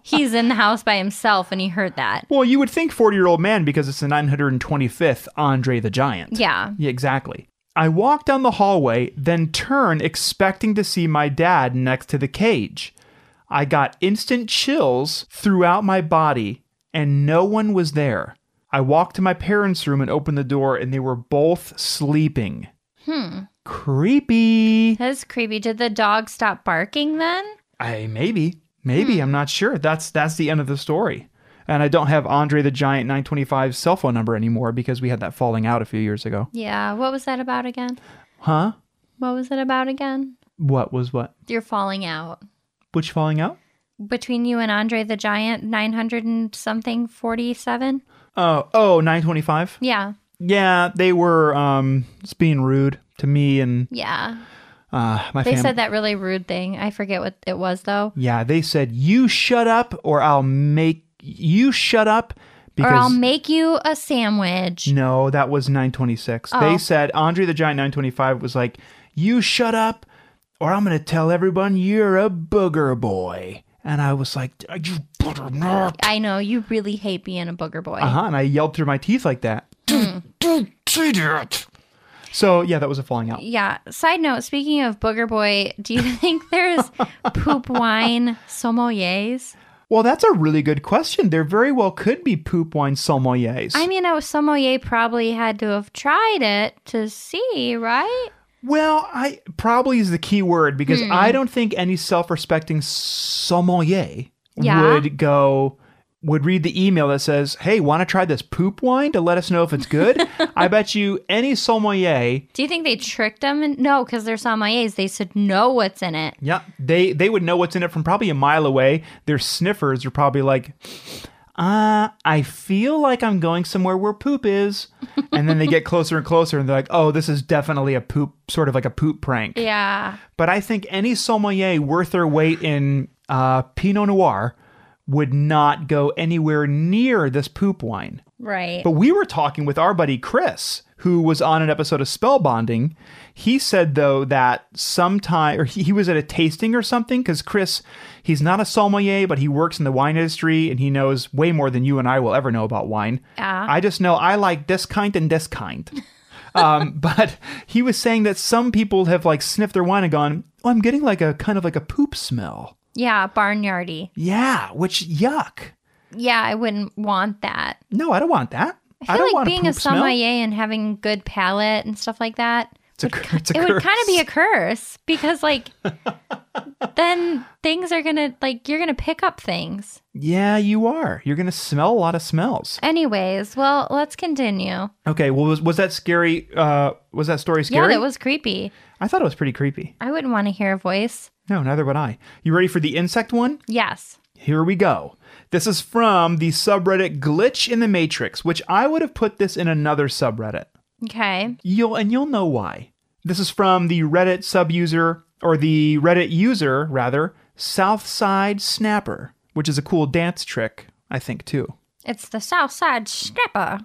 [SPEAKER 2] he's in the house by himself and he heard that.
[SPEAKER 1] Well, you would think 40 year old man because it's the 925th Andre the Giant.
[SPEAKER 2] Yeah.
[SPEAKER 1] Yeah, exactly. I walk down the hallway, then turn, expecting to see my dad next to the cage. I got instant chills throughout my body, and no one was there. I walked to my parents' room and opened the door, and they were both sleeping. Hmm. Creepy.
[SPEAKER 2] That's creepy. Did the dog stop barking then?
[SPEAKER 1] I maybe, maybe
[SPEAKER 2] Hmm.
[SPEAKER 1] I'm not sure. That's that's the end of the story. And I don't have Andre the Giant 925's cell phone number anymore because we had that falling out a few years ago.
[SPEAKER 2] Yeah. What was that about again?
[SPEAKER 1] Huh?
[SPEAKER 2] What was it about again?
[SPEAKER 1] What was what?
[SPEAKER 2] You're falling out.
[SPEAKER 1] Which falling out?
[SPEAKER 2] Between you and Andre the Giant, 900 and something, 47?
[SPEAKER 1] Oh, oh, 925.
[SPEAKER 2] Yeah.
[SPEAKER 1] Yeah, they were um just being rude to me and
[SPEAKER 2] Yeah.
[SPEAKER 1] uh my
[SPEAKER 2] They
[SPEAKER 1] family.
[SPEAKER 2] said that really rude thing. I forget what it was though.
[SPEAKER 1] Yeah, they said you shut up or I'll make you shut up because
[SPEAKER 2] or I'll make you a sandwich.
[SPEAKER 1] no, that was 926. They said Andre the Giant 925 was like you shut up or I'm going to tell everyone you're a booger boy. And I was like, "Are you booger not?"
[SPEAKER 2] I know you really hate being a booger boy.
[SPEAKER 1] Uh-huh, and I yelled through my teeth like that. Don't say that. So, yeah, that was a falling out.
[SPEAKER 2] Yeah. Side note, speaking of booger boy, do you *laughs* think there's poop wine sommeliers?
[SPEAKER 1] Well, that's a really good question. There very well could be poop wine sommeliers.
[SPEAKER 2] I mean, a sommelier probably had to have tried it to see, right?
[SPEAKER 1] well, I probably is the key word because I don't think any self-respecting sommelier
[SPEAKER 2] Yeah.
[SPEAKER 1] would go would read the email that says, "Hey, want to try this poop wine to let us know if it's good?" I bet you any sommelier,
[SPEAKER 2] Do you think they tricked them? In- no, because they're sommeliers. They should know what's in it.
[SPEAKER 1] yeah, they they would know what's in it from probably a mile away. Their sniffers are probably like, "Uh, I feel like I'm going somewhere where poop is." and then they get closer and closer and they're like, "Oh, this is definitely a poop sort of like a poop prank."
[SPEAKER 2] Yeah.
[SPEAKER 1] but I think any sommelier worth their weight in uh, Pinot Noir would not go anywhere near this poop wine.
[SPEAKER 2] Right.
[SPEAKER 1] But we were talking with our buddy Chris, who was on an episode of Spellbonding. He said though that sometime, or he he was at a tasting or something, because Chris, he's not a sommelier, but he works in the wine industry and he knows way more than you and I will ever know about wine.
[SPEAKER 2] Ah.
[SPEAKER 1] I just know I like this kind and this
[SPEAKER 2] *laughs*
[SPEAKER 1] kind. um, but he was saying that some people have like sniffed their wine and gone, "Oh, I'm getting like a kind of like a poop smell."
[SPEAKER 2] yeah. Barnyardy.
[SPEAKER 1] Yeah, which yuck.
[SPEAKER 2] Yeah, I wouldn't want that.
[SPEAKER 1] No, I don't want that. I,
[SPEAKER 2] I feel
[SPEAKER 1] don't
[SPEAKER 2] like
[SPEAKER 1] want
[SPEAKER 2] being
[SPEAKER 1] a
[SPEAKER 2] a,
[SPEAKER 1] poop smell.
[SPEAKER 2] sommelier and having good palate and stuff like that.
[SPEAKER 1] It's a, cur- it's a
[SPEAKER 2] it would
[SPEAKER 1] curse.
[SPEAKER 2] kind of be a curse because like then things are gonna like you're gonna pick up things
[SPEAKER 1] Yeah, you are. You're going to smell a lot of smells.
[SPEAKER 2] anyways well let's continue
[SPEAKER 1] Okay, well was was that scary uh was that story scary?
[SPEAKER 2] yeah that was creepy
[SPEAKER 1] I thought it was pretty creepy.
[SPEAKER 2] i wouldn't want to hear a voice
[SPEAKER 1] No, neither would I. You ready for the insect one?
[SPEAKER 2] yes
[SPEAKER 1] Here we go. This is from the subreddit Glitch in the Matrix, which I would have put this in another subreddit.
[SPEAKER 2] okay
[SPEAKER 1] You'll and you'll know why. This is from the Reddit sub user or the Reddit user rather, Southside Snapper, which is a cool dance trick, I think too.
[SPEAKER 2] it's the south side snapper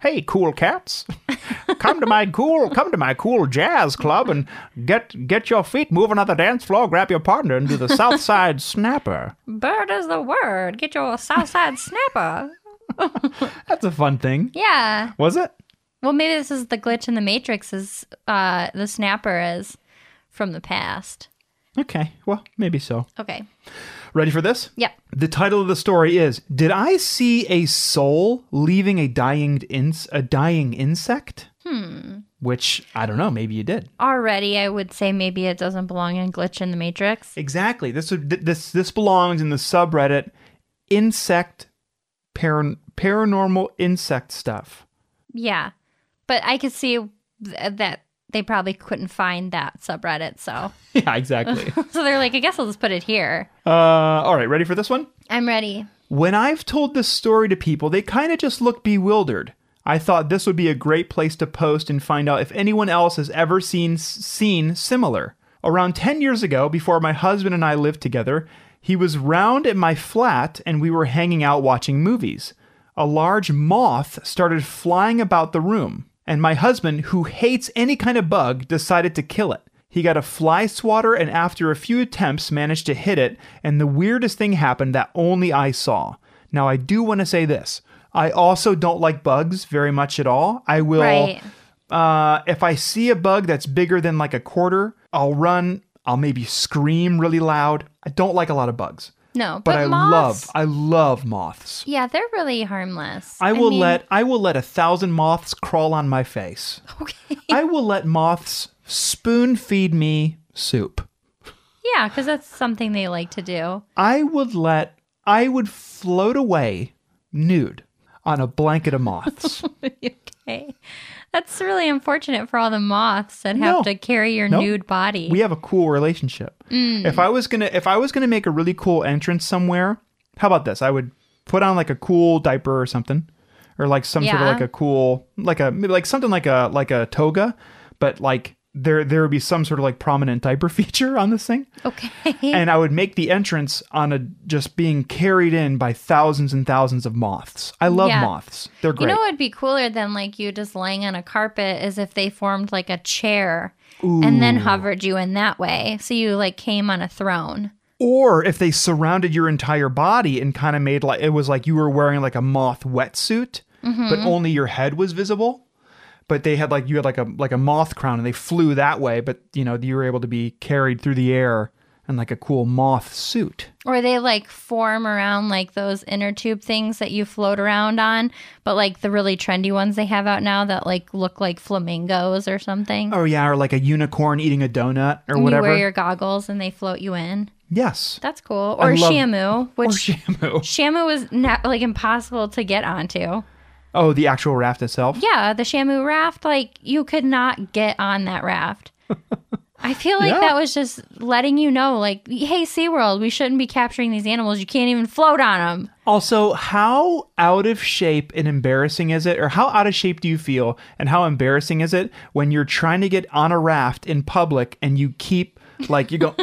[SPEAKER 1] hey cool cats *laughs* come to my cool come to my cool jazz club and get get your feet moving on the dance floor grab your partner and do the south side snapper
[SPEAKER 2] bird is the word get your south side snapper
[SPEAKER 1] that's a fun thing
[SPEAKER 2] yeah
[SPEAKER 1] was it
[SPEAKER 2] well maybe this is the glitch in the matrix is uh the snapper is from the past
[SPEAKER 1] okay well maybe so
[SPEAKER 2] okay
[SPEAKER 1] ready for this
[SPEAKER 2] yep
[SPEAKER 1] the title of the story is did i see a soul leaving a dying ins- a dying insect hmm which i don't know maybe you did
[SPEAKER 2] already i would say maybe it doesn't belong in glitch in the matrix
[SPEAKER 1] Exactly. This would- th- this this belongs in the subreddit insect paran- paranormal insect stuff.
[SPEAKER 2] Yeah. But I could see th- that they probably couldn't find that subreddit. So
[SPEAKER 1] *laughs*
[SPEAKER 2] *laughs*
[SPEAKER 1] Yeah, exactly.
[SPEAKER 2] so they're like, I guess I'll just put it here.
[SPEAKER 1] *laughs* uh, all right, ready for this one?
[SPEAKER 2] I'm ready.
[SPEAKER 1] When I've told this story to people, they kind of just look bewildered. I thought this would be a great place to post and find out if anyone else has ever seen seen similar. Around 10 years ago, before my husband and I lived together, he was round at my flat and we were hanging out watching movies. A large moth started flying about the room, and my husband, who hates any kind of bug, decided to kill it. He got a fly swatter and, after a few attempts, managed to hit it, and the weirdest thing happened that only I saw. Now, I do want to say this I also don't like bugs very much at all. I will,
[SPEAKER 2] Right.
[SPEAKER 1] uh, if I see a bug that's bigger than like a quarter, I'll run, I'll maybe scream really loud. I don't like a lot of bugs.
[SPEAKER 2] No, but,
[SPEAKER 1] But, I
[SPEAKER 2] moths-
[SPEAKER 1] love, I love moths.
[SPEAKER 2] Yeah, they're really harmless.
[SPEAKER 1] I will
[SPEAKER 2] mean,
[SPEAKER 1] let I will let a thousand moths crawl on my face.
[SPEAKER 2] Okay.
[SPEAKER 1] *laughs* I will let moths spoon feed me soup.
[SPEAKER 2] Yeah, because that's something they like to do. *laughs*
[SPEAKER 1] I would let I would float away nude on a blanket of moths.
[SPEAKER 2] okay. That's really unfortunate for all the moths that have
[SPEAKER 1] No.
[SPEAKER 2] to carry your
[SPEAKER 1] Nope.
[SPEAKER 2] nude body.
[SPEAKER 1] we have a cool relationship.
[SPEAKER 2] Mm.
[SPEAKER 1] If I was gonna if I was gonna make a really cool entrance somewhere, how about this? I would put on like a cool diaper or something. or like some sort
[SPEAKER 2] Yeah.
[SPEAKER 1] of like a cool like a maybe like something like a like a toga, but like there there would be some sort of like prominent diaper *laughs* feature on this thing.
[SPEAKER 2] Okay.
[SPEAKER 1] *laughs* And I would make the entrance on a just being carried in by thousands and thousands of moths. I love
[SPEAKER 2] Yeah.
[SPEAKER 1] moths. They're
[SPEAKER 2] you
[SPEAKER 1] great.
[SPEAKER 2] know what would be cooler than like you just laying on a carpet is if they formed like a chair and then hovered you in that way. So you like came on a throne.
[SPEAKER 1] or if they surrounded your entire body and kind of made like it was like you were wearing like a moth wetsuit
[SPEAKER 2] Mm-hmm.
[SPEAKER 1] but only your head was visible but they had like you had like a like a moth crown and they flew that way but you know you were able to be carried through the air in like a cool moth suit
[SPEAKER 2] Or they like form around like those inner tube things that you float around on, but like the really trendy ones they have out now that like look like flamingos or something.
[SPEAKER 1] oh yeah or like a unicorn eating a donut or
[SPEAKER 2] And you
[SPEAKER 1] whatever
[SPEAKER 2] wear your goggles and they float you in.
[SPEAKER 1] yes *laughs*
[SPEAKER 2] That's cool.
[SPEAKER 1] I
[SPEAKER 2] Or
[SPEAKER 1] love- Oh,
[SPEAKER 2] Shamu,
[SPEAKER 1] or
[SPEAKER 2] which
[SPEAKER 1] shamu
[SPEAKER 2] Shamu was not like impossible to get onto.
[SPEAKER 1] oh the actual raft itself
[SPEAKER 2] Yeah, the Shamu raft, like you could not get on that
[SPEAKER 1] *laughs*
[SPEAKER 2] raft. I feel like
[SPEAKER 1] Yeah.
[SPEAKER 2] that was just letting you know, like, hey, SeaWorld, we shouldn't be capturing these animals. You can't even float on them.
[SPEAKER 1] Also, how out of shape and embarrassing is it, or how out of shape do you feel, and how embarrassing is it when you're trying to get on a raft in public and you keep like
[SPEAKER 2] *laughs*
[SPEAKER 1] you go,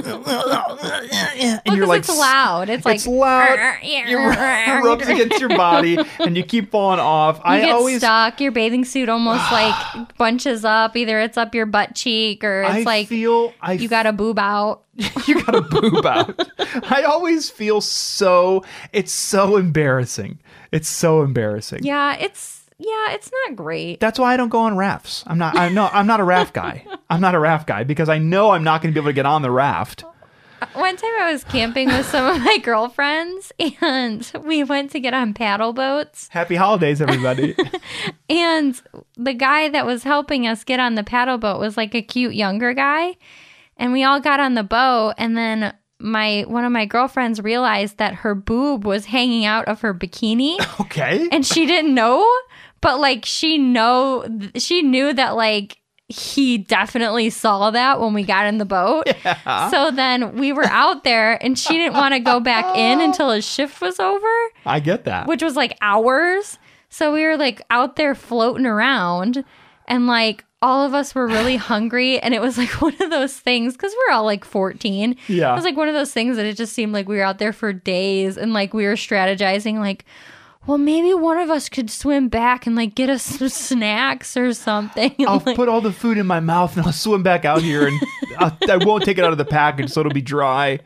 [SPEAKER 1] and you're like
[SPEAKER 2] it's loud. It's like
[SPEAKER 1] It's loud. Your raft *laughs* rubs against your body, and you keep falling off.
[SPEAKER 2] You
[SPEAKER 1] I
[SPEAKER 2] get
[SPEAKER 1] always
[SPEAKER 2] stuck. Your bathing suit almost
[SPEAKER 1] *sighs*
[SPEAKER 2] like bunches up. Either it's up your butt cheek or it's
[SPEAKER 1] I
[SPEAKER 2] like
[SPEAKER 1] feel I
[SPEAKER 2] you got a boob out.
[SPEAKER 1] *laughs* you
[SPEAKER 2] *laughs*
[SPEAKER 1] got a boob out. I always feel so. It's so embarrassing. It's so embarrassing.
[SPEAKER 2] Yeah, it's yeah, it's not great.
[SPEAKER 1] That's why I don't go on rafts. I'm not. I'm no. I'm not a raft guy. I'm not a raft guy because I know I'm not going to be able to get on the raft.
[SPEAKER 2] One time I was camping with some of my girlfriends and we went to get on paddle boats
[SPEAKER 1] Happy holidays,
[SPEAKER 2] *laughs*
[SPEAKER 1] everybody.
[SPEAKER 2] and the guy that was helping us get on the paddle boat was like a cute younger guy and we all got on the boat and then my one of my girlfriends realized that her boob was hanging out of her bikini
[SPEAKER 1] okay.
[SPEAKER 2] and she didn't know but like she know she knew that like he definitely saw that when we got in the boat so then we were out there and she didn't want to go back in until his shift was over
[SPEAKER 1] I get that.
[SPEAKER 2] which was like hours so we were like out there floating around and like all of us were
[SPEAKER 1] *laughs*
[SPEAKER 2] really hungry and it was like *laughs* one of those things because we're all like 14
[SPEAKER 1] Yeah.
[SPEAKER 2] it was like one of those things that it just seemed like we were out there for days and like we were strategizing like well maybe one of us could swim back and like get us *laughs* some snacks or something And,
[SPEAKER 1] I'll
[SPEAKER 2] *laughs* like,
[SPEAKER 1] put all the food in my mouth and I'll swim back out here and I'll, I won't take it out of the package so it'll be dry.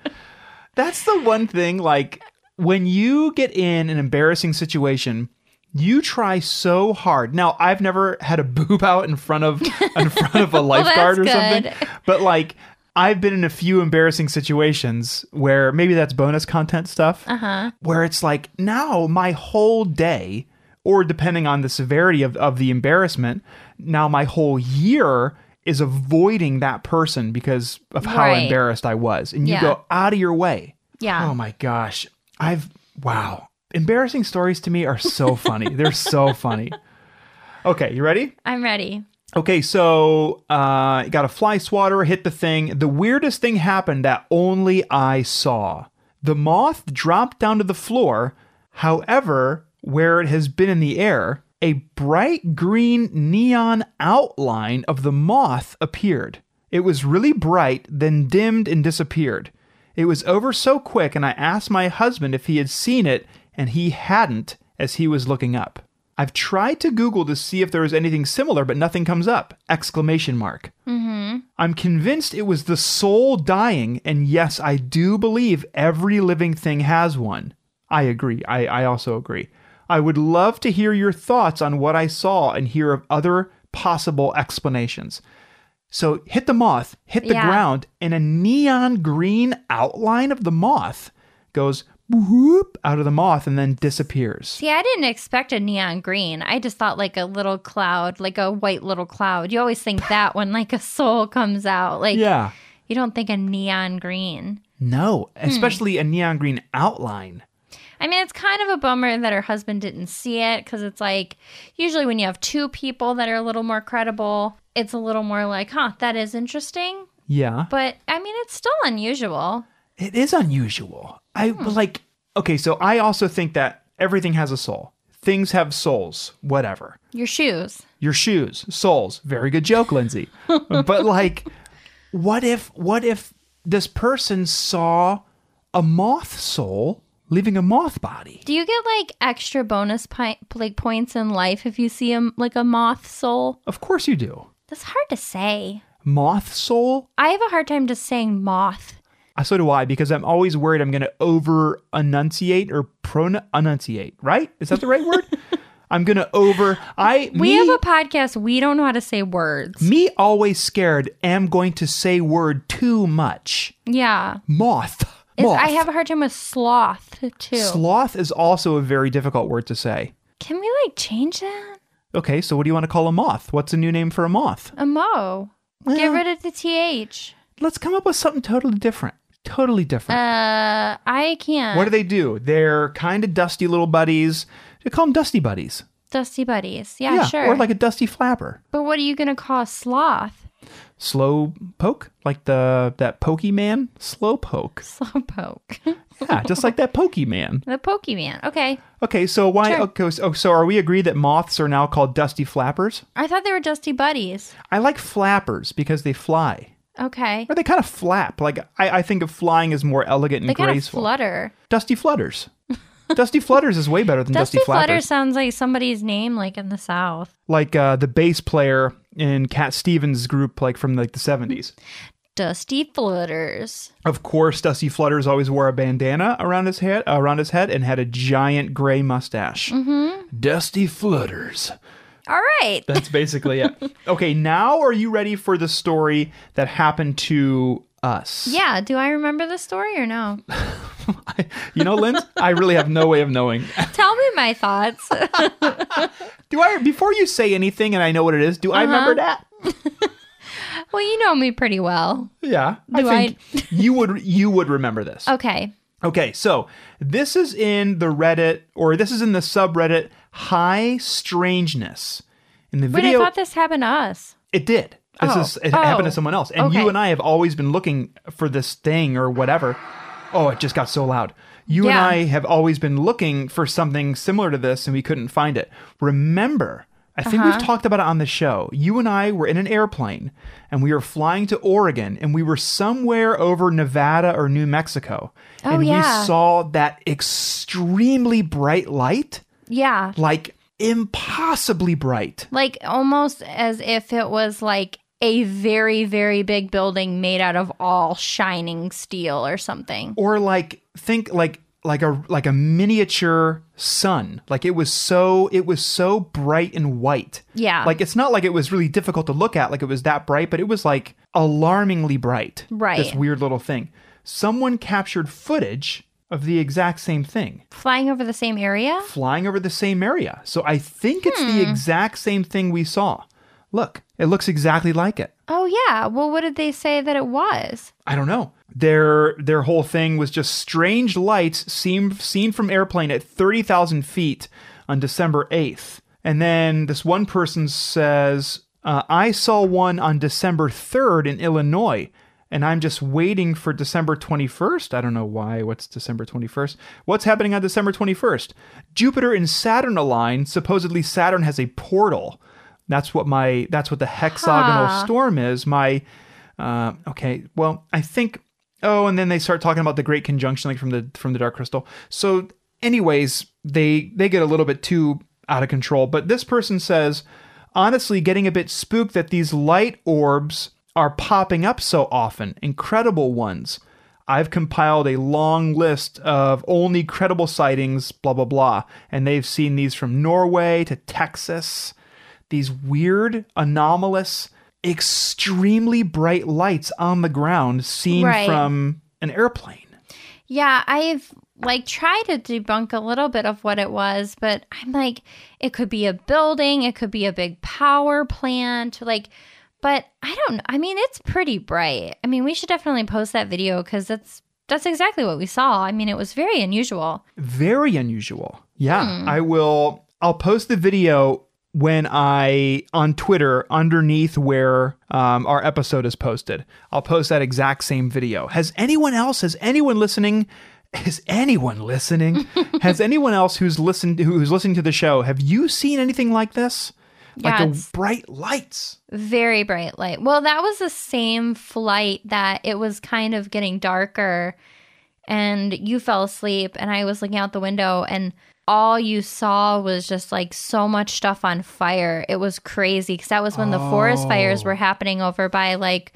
[SPEAKER 1] That's the one thing. Like when you get in an embarrassing situation, you try so hard. Now I've never had a boob out in front of in front of
[SPEAKER 2] *laughs*
[SPEAKER 1] a lifeguard or
[SPEAKER 2] that's
[SPEAKER 1] something,
[SPEAKER 2] good.
[SPEAKER 1] but like. I've been in a few embarrassing situations where maybe that's bonus content stuff, uh-huh. where it's like now my whole day, or depending on the severity of, of the embarrassment, now my whole year is avoiding that person because of how
[SPEAKER 2] Right.
[SPEAKER 1] embarrassed I was. And you
[SPEAKER 2] Yeah.
[SPEAKER 1] go out of your way.
[SPEAKER 2] yeah
[SPEAKER 1] Oh my gosh. I've, wow. Embarrassing stories to me are so funny. They're so funny. Okay, you ready?
[SPEAKER 2] i'm ready
[SPEAKER 1] Okay, so uh, got a fly swatter, hit the thing. The weirdest thing happened that only I saw. The moth dropped down to the floor. However, where it has been in the air, a bright green neon outline of the moth appeared. It was really bright, then dimmed and disappeared. It was over so quick, and I asked my husband if he had seen it, and he hadn't as he was looking up. I've tried to Google to see if there is anything similar, but nothing comes up! Exclamation mark. Mm-hmm. I'm convinced it was the soul dying, and yes, I do believe every living thing has one. I agree. I, I also agree. I would love to hear your thoughts on what I saw and hear of other possible explanations. So hit the moth, hit the
[SPEAKER 2] Yeah.
[SPEAKER 1] ground, and a neon green outline of the moth goes whoop out of the moth and then disappears.
[SPEAKER 2] See, I didn't expect a neon green. I just thought like a little cloud, like a white little cloud. You always think that when like a soul comes out. Like
[SPEAKER 1] Yeah.
[SPEAKER 2] you don't think a neon green.
[SPEAKER 1] No, especially a neon green outline.
[SPEAKER 2] I mean, it's kind of a bummer that her husband didn't see it because it's like usually when you have two people that are a little more credible, it's a little more like, huh, that is interesting.
[SPEAKER 1] Yeah.
[SPEAKER 2] But I mean, it's still unusual.
[SPEAKER 1] It is unusual. I like okay, so I also think that everything has a soul. Things have souls, whatever.
[SPEAKER 2] Your shoes.
[SPEAKER 1] Your shoes, souls. Very good joke, Lindsay. but like what if what if this person saw a moth soul leaving a moth body?
[SPEAKER 2] Do you get like extra bonus pi- like points in life if you see a like a moth soul?
[SPEAKER 1] Of course you do.
[SPEAKER 2] That's hard to say.
[SPEAKER 1] Moth soul?
[SPEAKER 2] I have a hard time just saying moth.
[SPEAKER 1] Uh, So do I, because I'm always worried I'm going to over enunciate or pron enunciate. Right? Is that the right
[SPEAKER 2] *laughs*
[SPEAKER 1] word? I'm going to over. I
[SPEAKER 2] We
[SPEAKER 1] me,
[SPEAKER 2] have a podcast. We don't know how to say words.
[SPEAKER 1] me always scared. Am going to say word too much.
[SPEAKER 2] yeah.
[SPEAKER 1] Moth.
[SPEAKER 2] It's-
[SPEAKER 1] Moth.
[SPEAKER 2] I have a hard time with sloth too.
[SPEAKER 1] Sloth is also a very difficult word to say.
[SPEAKER 2] Can we like change that?
[SPEAKER 1] Okay, so what do you want to call a moth? What's a new name for a moth?
[SPEAKER 2] A mo. Get
[SPEAKER 1] Well-
[SPEAKER 2] rid of the th.
[SPEAKER 1] Let's come up with something totally different. Totally different.
[SPEAKER 2] Uh, I can't.
[SPEAKER 1] what do they do? They're kind of dusty little buddies. They call them dusty buddies.
[SPEAKER 2] Dusty buddies. Yeah, sure.
[SPEAKER 1] Or like a dusty flapper.
[SPEAKER 2] but what are you gonna call a sloth? *laughs*
[SPEAKER 1] slow poke, like the that Pokemon slow poke.
[SPEAKER 2] *laughs* Slowpoke.
[SPEAKER 1] Yeah, just like that Pokemon.
[SPEAKER 2] the Pokemon. Okay.
[SPEAKER 1] Okay, so why?
[SPEAKER 2] Sure.
[SPEAKER 1] Okay, so, so are we agreed that moths are now called dusty flappers?
[SPEAKER 2] I thought they were dusty buddies.
[SPEAKER 1] I like flappers because they fly,
[SPEAKER 2] Okay.
[SPEAKER 1] or they kind of flap. Like I, I think of flying as more elegant and
[SPEAKER 2] They kind of
[SPEAKER 1] graceful.
[SPEAKER 2] flutter.
[SPEAKER 1] dusty flutters. dusty flutters is way better than dusty,
[SPEAKER 2] Dusty, flutter
[SPEAKER 1] flappers.
[SPEAKER 2] sounds like somebody's name, like in the South.
[SPEAKER 1] Like uh, the bass player in Cat Stevens' group, like from like the seventies.
[SPEAKER 2] Dusty flutters.
[SPEAKER 1] Of course, Dusty Flutters always wore a bandana around his head, around his head, and had a giant gray mustache. Dusty Flutters.
[SPEAKER 2] All right.
[SPEAKER 1] That's basically it. Okay, now are you ready for the story that happened to us?
[SPEAKER 2] Yeah. Do I remember the story or no? *laughs*
[SPEAKER 1] *laughs* You know, Lynn, I really have no way of knowing.
[SPEAKER 2] Tell me my thoughts. *laughs*
[SPEAKER 1] Do I? Before you say anything, and I know what it is. Do I remember that?
[SPEAKER 2] well, you know me pretty well.
[SPEAKER 1] Yeah,
[SPEAKER 2] Do
[SPEAKER 1] I think you would. You would remember this.
[SPEAKER 2] Okay.
[SPEAKER 1] Okay, so this is in the Reddit, or this is in the subreddit High Strangeness. In the
[SPEAKER 2] Wait,
[SPEAKER 1] video,
[SPEAKER 2] I thought this happened to us.
[SPEAKER 1] It did. This
[SPEAKER 2] Oh.
[SPEAKER 1] is it
[SPEAKER 2] Oh.
[SPEAKER 1] happened to someone else. And you
[SPEAKER 2] Okay.
[SPEAKER 1] and I have always been looking for this thing or whatever. Oh, it just got so loud. You and
[SPEAKER 2] Yeah.
[SPEAKER 1] I have always been looking for something similar to this and we couldn't find it. Remember, I think
[SPEAKER 2] Uh-huh.
[SPEAKER 1] we've talked about it on the show. You and I were in an airplane and we were flying to Oregon and we were somewhere over Nevada or New Mexico.
[SPEAKER 2] Oh,
[SPEAKER 1] and
[SPEAKER 2] yeah.
[SPEAKER 1] we saw that extremely bright light,
[SPEAKER 2] Yeah.
[SPEAKER 1] like impossibly bright.
[SPEAKER 2] Like almost as if it was like a very, very big building made out of all shining steel or something.
[SPEAKER 1] or like think like like a like a miniature sun like it was so it was so bright and white
[SPEAKER 2] Yeah.
[SPEAKER 1] like it's not like it was really difficult to look at like it was that bright but it was like alarmingly bright
[SPEAKER 2] Right.
[SPEAKER 1] this weird little thing someone captured footage of the exact same thing
[SPEAKER 2] flying over the same area?
[SPEAKER 1] flying over the same area so i think it's the
[SPEAKER 2] Hmm.
[SPEAKER 1] exact same thing we saw look it looks exactly like it
[SPEAKER 2] Oh, yeah. Well, what did they say that it was?
[SPEAKER 1] I don't know. Their their whole thing was just strange lights seen seen from airplane at thirty thousand feet on December eighth, and then this one person says, uh, "I saw one on December third in Illinois." And I'm just waiting for December 21st. I don't know why. What's December 21st? What's happening on December 21st? Jupiter and Saturn align. Supposedly Saturn has a portal. That's what my that's what the hexagonal storm is. My uh, okay, well, I think. Oh, and then they start talking about the Great Conjunction, like from the from the Dark Crystal. So, anyways, they they get a little bit too out of control. But this person says, honestly, getting a bit spooked that these light orbs are popping up so often, incredible ones. I've compiled a long list of only credible sightings, blah blah blah, and they've seen these from Norway to Texas these weird, anomalous, extremely bright lights on the ground seen
[SPEAKER 2] Right.
[SPEAKER 1] from an airplane.
[SPEAKER 2] Yeah, I've like tried to debunk a little bit of what it was, but I'm like, it could be a building, it could be a big power plant, like, but I don't. I mean, it's pretty bright. I mean, we should definitely post that video because that's that's exactly what we saw. I mean, it was very unusual.
[SPEAKER 1] Very unusual. Yeah, I will. I'll post the video when I on Twitter underneath where um, our episode is posted. I'll post that exact same video. Has anyone else? Has anyone listening is anyone listening? Has anyone else who's listened who's listening to the show, have you seen anything like this?
[SPEAKER 2] Yeah,
[SPEAKER 1] like
[SPEAKER 2] it's-
[SPEAKER 1] the bright lights.
[SPEAKER 2] Very bright light. Well, that was the same flight that it was kind of getting darker and you fell asleep and I was looking out the window and all you saw was just like so much stuff on fire. It was crazy because that was when the forest fires were happening over by like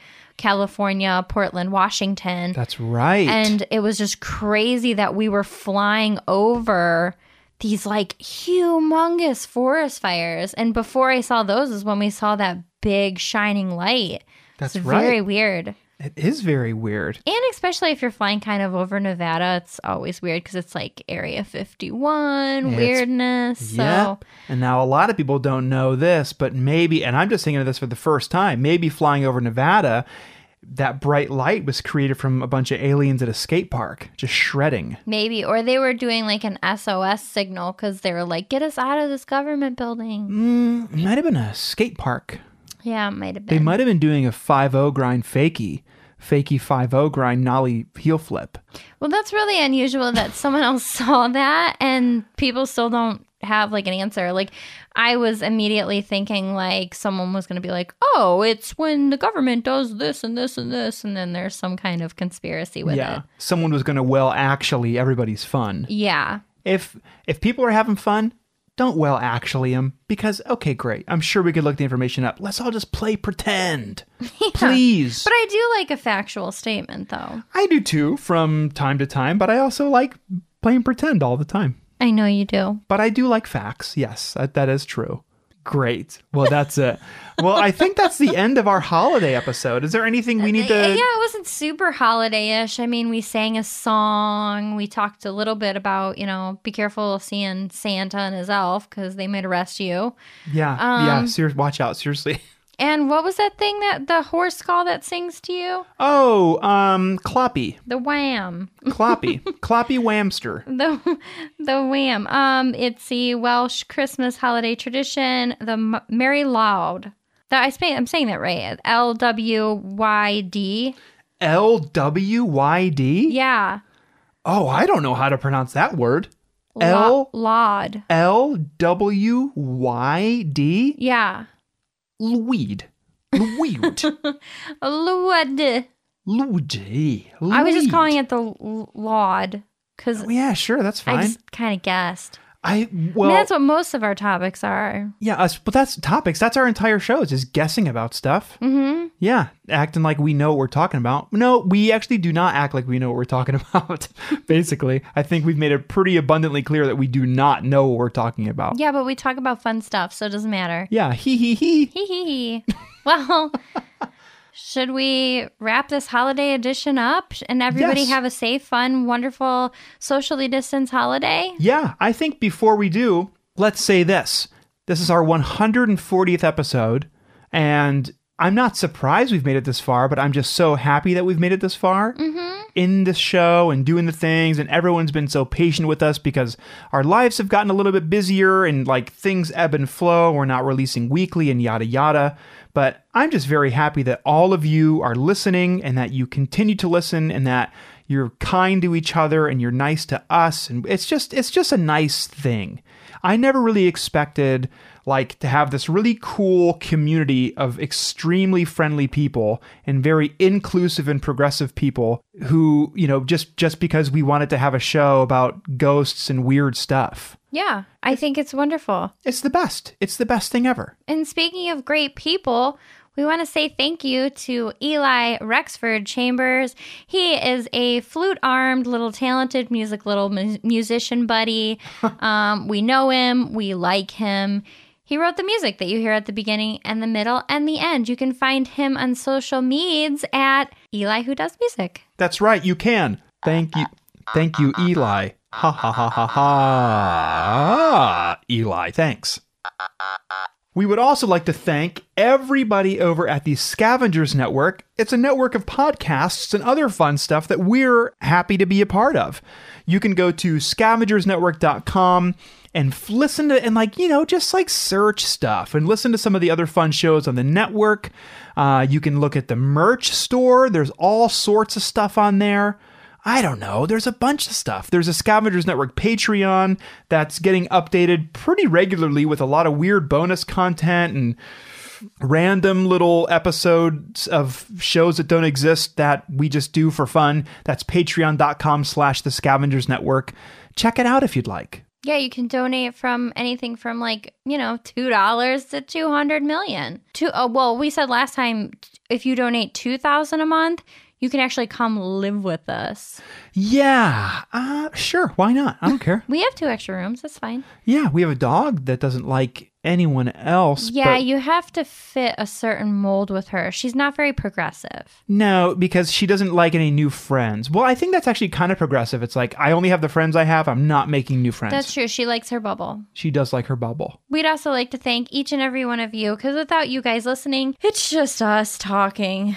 [SPEAKER 2] California, Portland, Washington.
[SPEAKER 1] That's right.
[SPEAKER 2] And it was just crazy that we were flying over these like humongous forest fires. And before I saw those is when we saw that big shining light.
[SPEAKER 1] That's
[SPEAKER 2] it's
[SPEAKER 1] right.
[SPEAKER 2] very weird.
[SPEAKER 1] it is very weird.
[SPEAKER 2] And especially if you're flying kind of over Nevada, it's always weird because it's like Area 51
[SPEAKER 1] It's-
[SPEAKER 2] weirdness. So
[SPEAKER 1] Yep. And now a lot of people don't know this, but maybe, and I'm just thinking of this for the first time, maybe flying over Nevada, that bright light was created from a bunch of aliens at a skate park, just shredding.
[SPEAKER 2] maybe, or they were doing like an SOS signal because they were like, get us out of this government building.
[SPEAKER 1] Mm, it might have been a skate park.
[SPEAKER 2] Yeah, it might have been.
[SPEAKER 1] They might have been doing a 5 0 grind fakie, fakie 5 0 grind nollie heel flip.
[SPEAKER 2] Well, that's really unusual that someone *laughs* else saw that and people still don't have like an answer. Like I was immediately thinking like someone was going to be like, "Oh, it's when the government does this and this and this," and then there's some kind of conspiracy with
[SPEAKER 1] yeah.
[SPEAKER 2] it.
[SPEAKER 1] Someone was going to, well, actually, everybody's fun.
[SPEAKER 2] Yeah.
[SPEAKER 1] if if people are having fun don't well actually them because okay great i'm sure we could look the information up let's all just play
[SPEAKER 2] *laughs*
[SPEAKER 1] pretend please
[SPEAKER 2] But I do like a factual statement though.
[SPEAKER 1] i do too from time to time but i also like playing pretend all the time
[SPEAKER 2] I know you do.
[SPEAKER 1] but i do like facts yes that, that is true great well that's it well i think that's the end of our holiday episode is there anything we need
[SPEAKER 2] Uh, yeah,
[SPEAKER 1] to
[SPEAKER 2] it wasn't super holiday-ish. I mean, we sang a song. We talked a little bit about, you know, be careful seeing Santa and his elf because they might arrest you.
[SPEAKER 1] yeah
[SPEAKER 2] Um,
[SPEAKER 1] yeah serious watch out seriously *laughs*
[SPEAKER 2] And what was that thing that the horse call that sings to you?
[SPEAKER 1] oh um cloppy
[SPEAKER 2] The wham. *laughs*
[SPEAKER 1] cloppy cloppy whamster
[SPEAKER 2] The *laughs* the wham. Um it's the Welsh Christmas holiday tradition, the M- Merry Loud. That I sp- I'm saying that right. L W Y D.
[SPEAKER 1] l-w-y-d
[SPEAKER 2] Yeah.
[SPEAKER 1] Oh, I don't know how to pronounce that word.
[SPEAKER 2] Lo-
[SPEAKER 1] L
[SPEAKER 2] Laud.
[SPEAKER 1] L W Y D
[SPEAKER 2] Yeah.
[SPEAKER 1] Luid.
[SPEAKER 2] *laughs*
[SPEAKER 1] Luid.
[SPEAKER 2] Luad.
[SPEAKER 1] Luid.
[SPEAKER 2] I was just calling it the l- Laud cuz
[SPEAKER 1] Oh, Yeah, sure, that's fine.
[SPEAKER 2] I
[SPEAKER 1] I,
[SPEAKER 2] just kind of guessed.
[SPEAKER 1] well,
[SPEAKER 2] I mean, that's what most of our topics are.
[SPEAKER 1] yeah, us, but that's topics. That's our entire show is just guessing about stuff.
[SPEAKER 2] Mhm.
[SPEAKER 1] Yeah, acting like we know what we're talking about. No, we actually do not act like we know what we're talking *laughs* about. Basically, I think we've made it pretty abundantly clear that we do not know what we're talking about.
[SPEAKER 2] Yeah, but we talk about fun stuff, so it doesn't matter.
[SPEAKER 1] Yeah, hee hee hee.
[SPEAKER 2] Hee hee *laughs* hee. Well, should we wrap this holiday edition up and everybody
[SPEAKER 1] Yes.
[SPEAKER 2] have a safe, fun, wonderful, socially distanced holiday?
[SPEAKER 1] Yeah, I think before we do, let's say this. This is our 140th episode, and I'm not surprised we've made it this far, but I'm just so happy that we've made it this far in this show and doing the things. And everyone's been so patient with us because our lives have gotten a little bit busier and like things ebb and flow. We're not releasing weekly and yada yada. But I'm just very happy that all of you are listening and that you continue to listen and that you're kind to each other and you're nice to us and it's just it's just a nice thing i never really expected like to have this really cool community of extremely friendly people and very inclusive and progressive people who you know just just because we wanted to have a show about ghosts and weird stuff
[SPEAKER 2] Yeah, I think it's wonderful.
[SPEAKER 1] it's the best it's the best thing ever
[SPEAKER 2] And speaking of great people, we want to say thank you to Eli Rexford Chambers. He is a flute armed, little talented music, little mu- musician buddy. um, we know him, we like him. He wrote the music that you hear at the beginning and the middle and the end. You can find him on social medias at Eli Who Does Music.
[SPEAKER 1] that's right you can thank you thank you eli ha ha ha ha ha eli thanks We would also like to thank everybody over at the Scavengers Network. It's a network of podcasts and other fun stuff that we're happy to be a part of. You can go to scavengersnetwork.com and f- listen to and like you know just like search stuff and listen to some of the other fun shows on the network. Uh, you can look at the merch store. There's all sorts of stuff on there. I don't know. There's a bunch of stuff. There's a Scavengers Network Patreon that's getting updated pretty regularly with a lot of weird bonus content and random little episodes of shows that don't exist that we just do for fun. That's patreon.com slash the scavengers network. Check it out if you'd like.
[SPEAKER 2] Yeah, you can donate from anything from like, you know, $2 to 200 million. Two, oh, well, we said last time if you donate 2000 a month, you can actually come live with us.
[SPEAKER 1] Yeah, uh, sure. Why not? I don't care.
[SPEAKER 2] We have two extra rooms. That's fine.
[SPEAKER 1] Yeah, we have a dog that doesn't like anyone else.
[SPEAKER 2] Yeah,
[SPEAKER 1] but-
[SPEAKER 2] you have to fit a certain mold with her. She's not very progressive.
[SPEAKER 1] No, because she doesn't like any new friends. Well, I think that's actually kind of progressive. It's like, I only have the friends I have. I'm not making new friends.
[SPEAKER 2] That's true. She likes her bubble.
[SPEAKER 1] she does like her bubble.
[SPEAKER 2] We'd also like to thank each and every one of you because without you guys listening, it's just us talking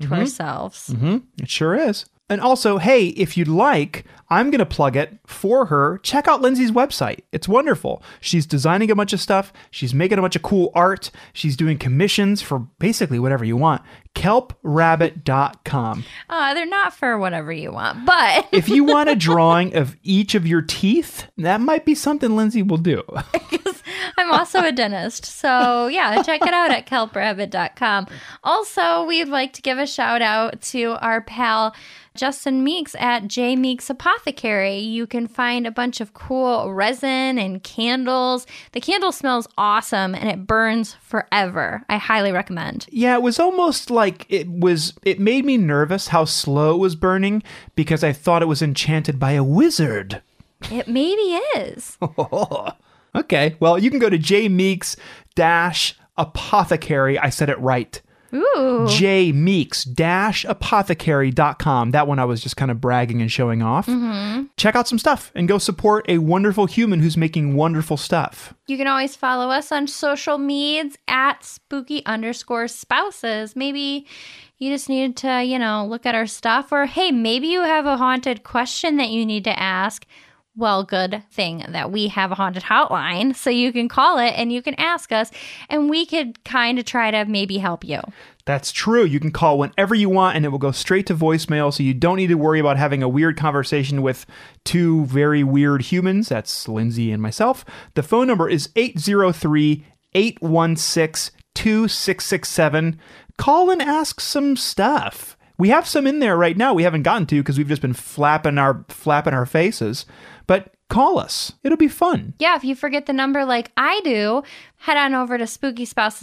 [SPEAKER 2] to ourselves.
[SPEAKER 1] It sure is. And also, hey, if you'd like, I'm going to plug it for her. Check out Lindsay's website. It's wonderful. She's designing a bunch of stuff. She's making a bunch of cool art. She's doing commissions for basically whatever you want. Kelprabbit.com.
[SPEAKER 2] Uh, they're not for whatever you want, but *laughs*
[SPEAKER 1] If you want a drawing of each of your teeth, that might be something Lindsay will do.
[SPEAKER 2] I'm also a dentist. So, yeah, check it out at kelprabbit.com. Also, we'd like to give a shout out to our pal Justin Meeks at J Meeks Apothecary. You can find a bunch of cool resin and candles. The candle smells awesome and it burns forever. I highly recommend.
[SPEAKER 1] Yeah, it was almost like it was. It made me nervous how slow it was burning because I thought it was enchanted by a wizard.
[SPEAKER 2] It maybe is.
[SPEAKER 1] Okay, well, you can go to jmeeks dash apothecary. I said it right.
[SPEAKER 2] Ooh.
[SPEAKER 1] jmeeks dash apothecary.com. That one I was just kind of bragging and showing off. Check out some stuff and go support a wonderful human who's making wonderful stuff.
[SPEAKER 2] You can always follow us on social medias at spooky underscore spouses. Maybe you just needed to, you know, look at our stuff, or hey, maybe you have a haunted question that you need to ask. Well, good thing that we have a haunted hotline, so you can call it and you can ask us, and we could kind of try to maybe help you.
[SPEAKER 1] That's true. You can call whenever you want and it will go straight to voicemail, so you don't need to worry about having a weird conversation with two very weird humans. That's Lindsay and myself. The phone number is 803 816 2667. Call and ask some stuff. We have some in there right now we haven't gotten to because we've just been flapping our flapping our faces. But call us. It'll be fun.
[SPEAKER 2] Yeah, if you forget the number like I do, head on over to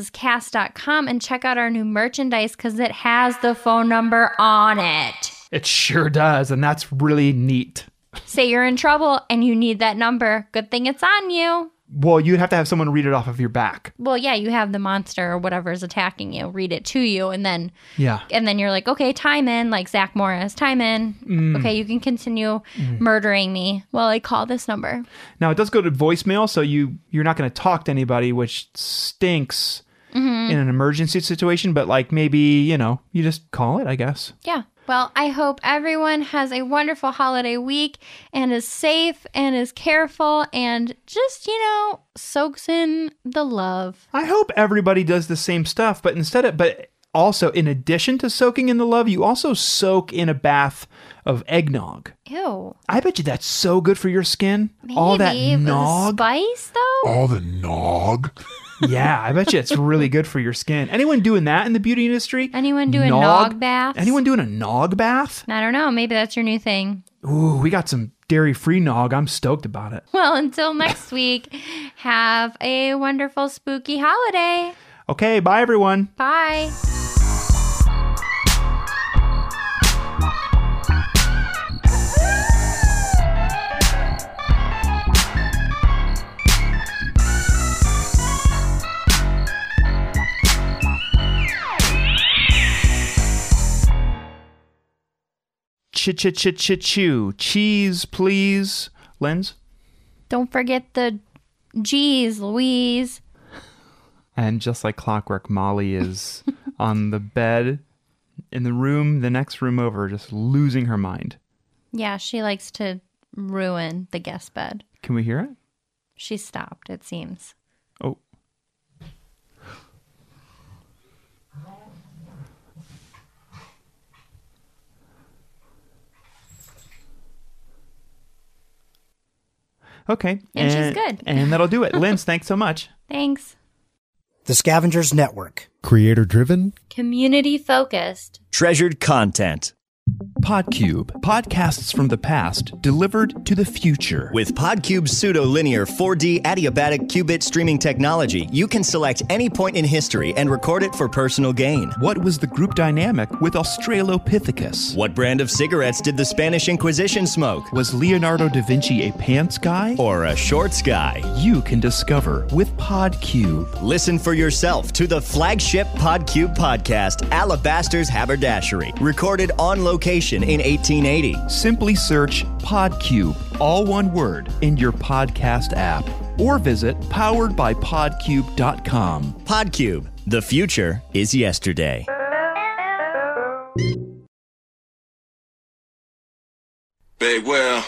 [SPEAKER 2] spookyspousescast.com and check out our new merchandise because it has the phone number on it.
[SPEAKER 1] It sure does, and that's really neat.
[SPEAKER 2] Say you're in trouble and you need that number. Good thing it's on you.
[SPEAKER 1] Well, you'd have to have someone read it off of your back.
[SPEAKER 2] Well, yeah, you have the monster or whatever is attacking you. Read it to you and then
[SPEAKER 1] Yeah.
[SPEAKER 2] and then you're like, "Okay, time in," like Zach Morris. Time in.
[SPEAKER 1] Mm.
[SPEAKER 2] Okay, you can continue murdering me while I call this number.
[SPEAKER 1] Now it does go to voicemail, so you you're not going to talk to anybody, which stinks
[SPEAKER 2] Mm-hmm.
[SPEAKER 1] in an emergency situation. But like maybe you know you just call it, I guess.
[SPEAKER 2] Yeah. Well, I hope everyone has a wonderful holiday week and is safe and is careful and just, you know, soaks in the love.
[SPEAKER 1] I hope everybody does the same stuff, but instead of but also in addition to soaking in the love, you also soak in a bath of eggnog.
[SPEAKER 2] Ew.
[SPEAKER 1] I bet you that's so good for your skin. All that
[SPEAKER 2] Maybe with
[SPEAKER 1] nog.
[SPEAKER 2] spice though?
[SPEAKER 3] All the nog.
[SPEAKER 2] *laughs*
[SPEAKER 1] yeah, I bet you it's really good for your skin. Anyone doing that in the beauty industry?
[SPEAKER 2] Anyone doing nog baths?
[SPEAKER 1] Anyone doing a nog bath?
[SPEAKER 2] I don't know. Maybe that's your new thing.
[SPEAKER 1] Ooh, we got some dairy free nog. I'm stoked about it.
[SPEAKER 2] Well, until next week, have a wonderful spooky holiday.
[SPEAKER 1] Okay, bye everyone.
[SPEAKER 2] Bye.
[SPEAKER 1] Ch ch ch ch chew. Cheese, please. Lens.
[SPEAKER 2] Don't forget the G's, Louise.
[SPEAKER 1] And just like clockwork, Molly is *laughs* on the bed in the room, the next room over, just losing her mind.
[SPEAKER 2] Yeah, she likes to ruin the guest bed.
[SPEAKER 1] Can we hear it?
[SPEAKER 2] She stopped, it seems.
[SPEAKER 1] Oh. Okay.
[SPEAKER 2] And she's good.
[SPEAKER 1] And that'll do it.
[SPEAKER 2] *laughs*
[SPEAKER 1] Linz, thanks so much.
[SPEAKER 2] Thanks.
[SPEAKER 8] The Scavengers Network.
[SPEAKER 9] Creator driven.
[SPEAKER 2] Community focused.
[SPEAKER 10] Treasured content
[SPEAKER 1] Podcube, podcasts from the past delivered to the future.
[SPEAKER 10] with PodCube's pseudo-linear 4D adiabatic qubit streaming technology. You can select any point in history and record it for personal gain.
[SPEAKER 1] What was the group dynamic with Australopithecus?
[SPEAKER 10] What brand of cigarettes did the Spanish Inquisition smoke?
[SPEAKER 1] Was Leonardo da Vinci a pants guy?
[SPEAKER 10] Or a shorts guy?
[SPEAKER 1] You can discover with Podcube.
[SPEAKER 10] Listen for yourself to the flagship PodCube podcast, Alabaster's Haberdashery, recorded on location in 1880.
[SPEAKER 1] Simply search Podcube, all one word, in your podcast app or visit poweredbypodcube.com.
[SPEAKER 10] PodCube, the future is yesterday.
[SPEAKER 3] Beware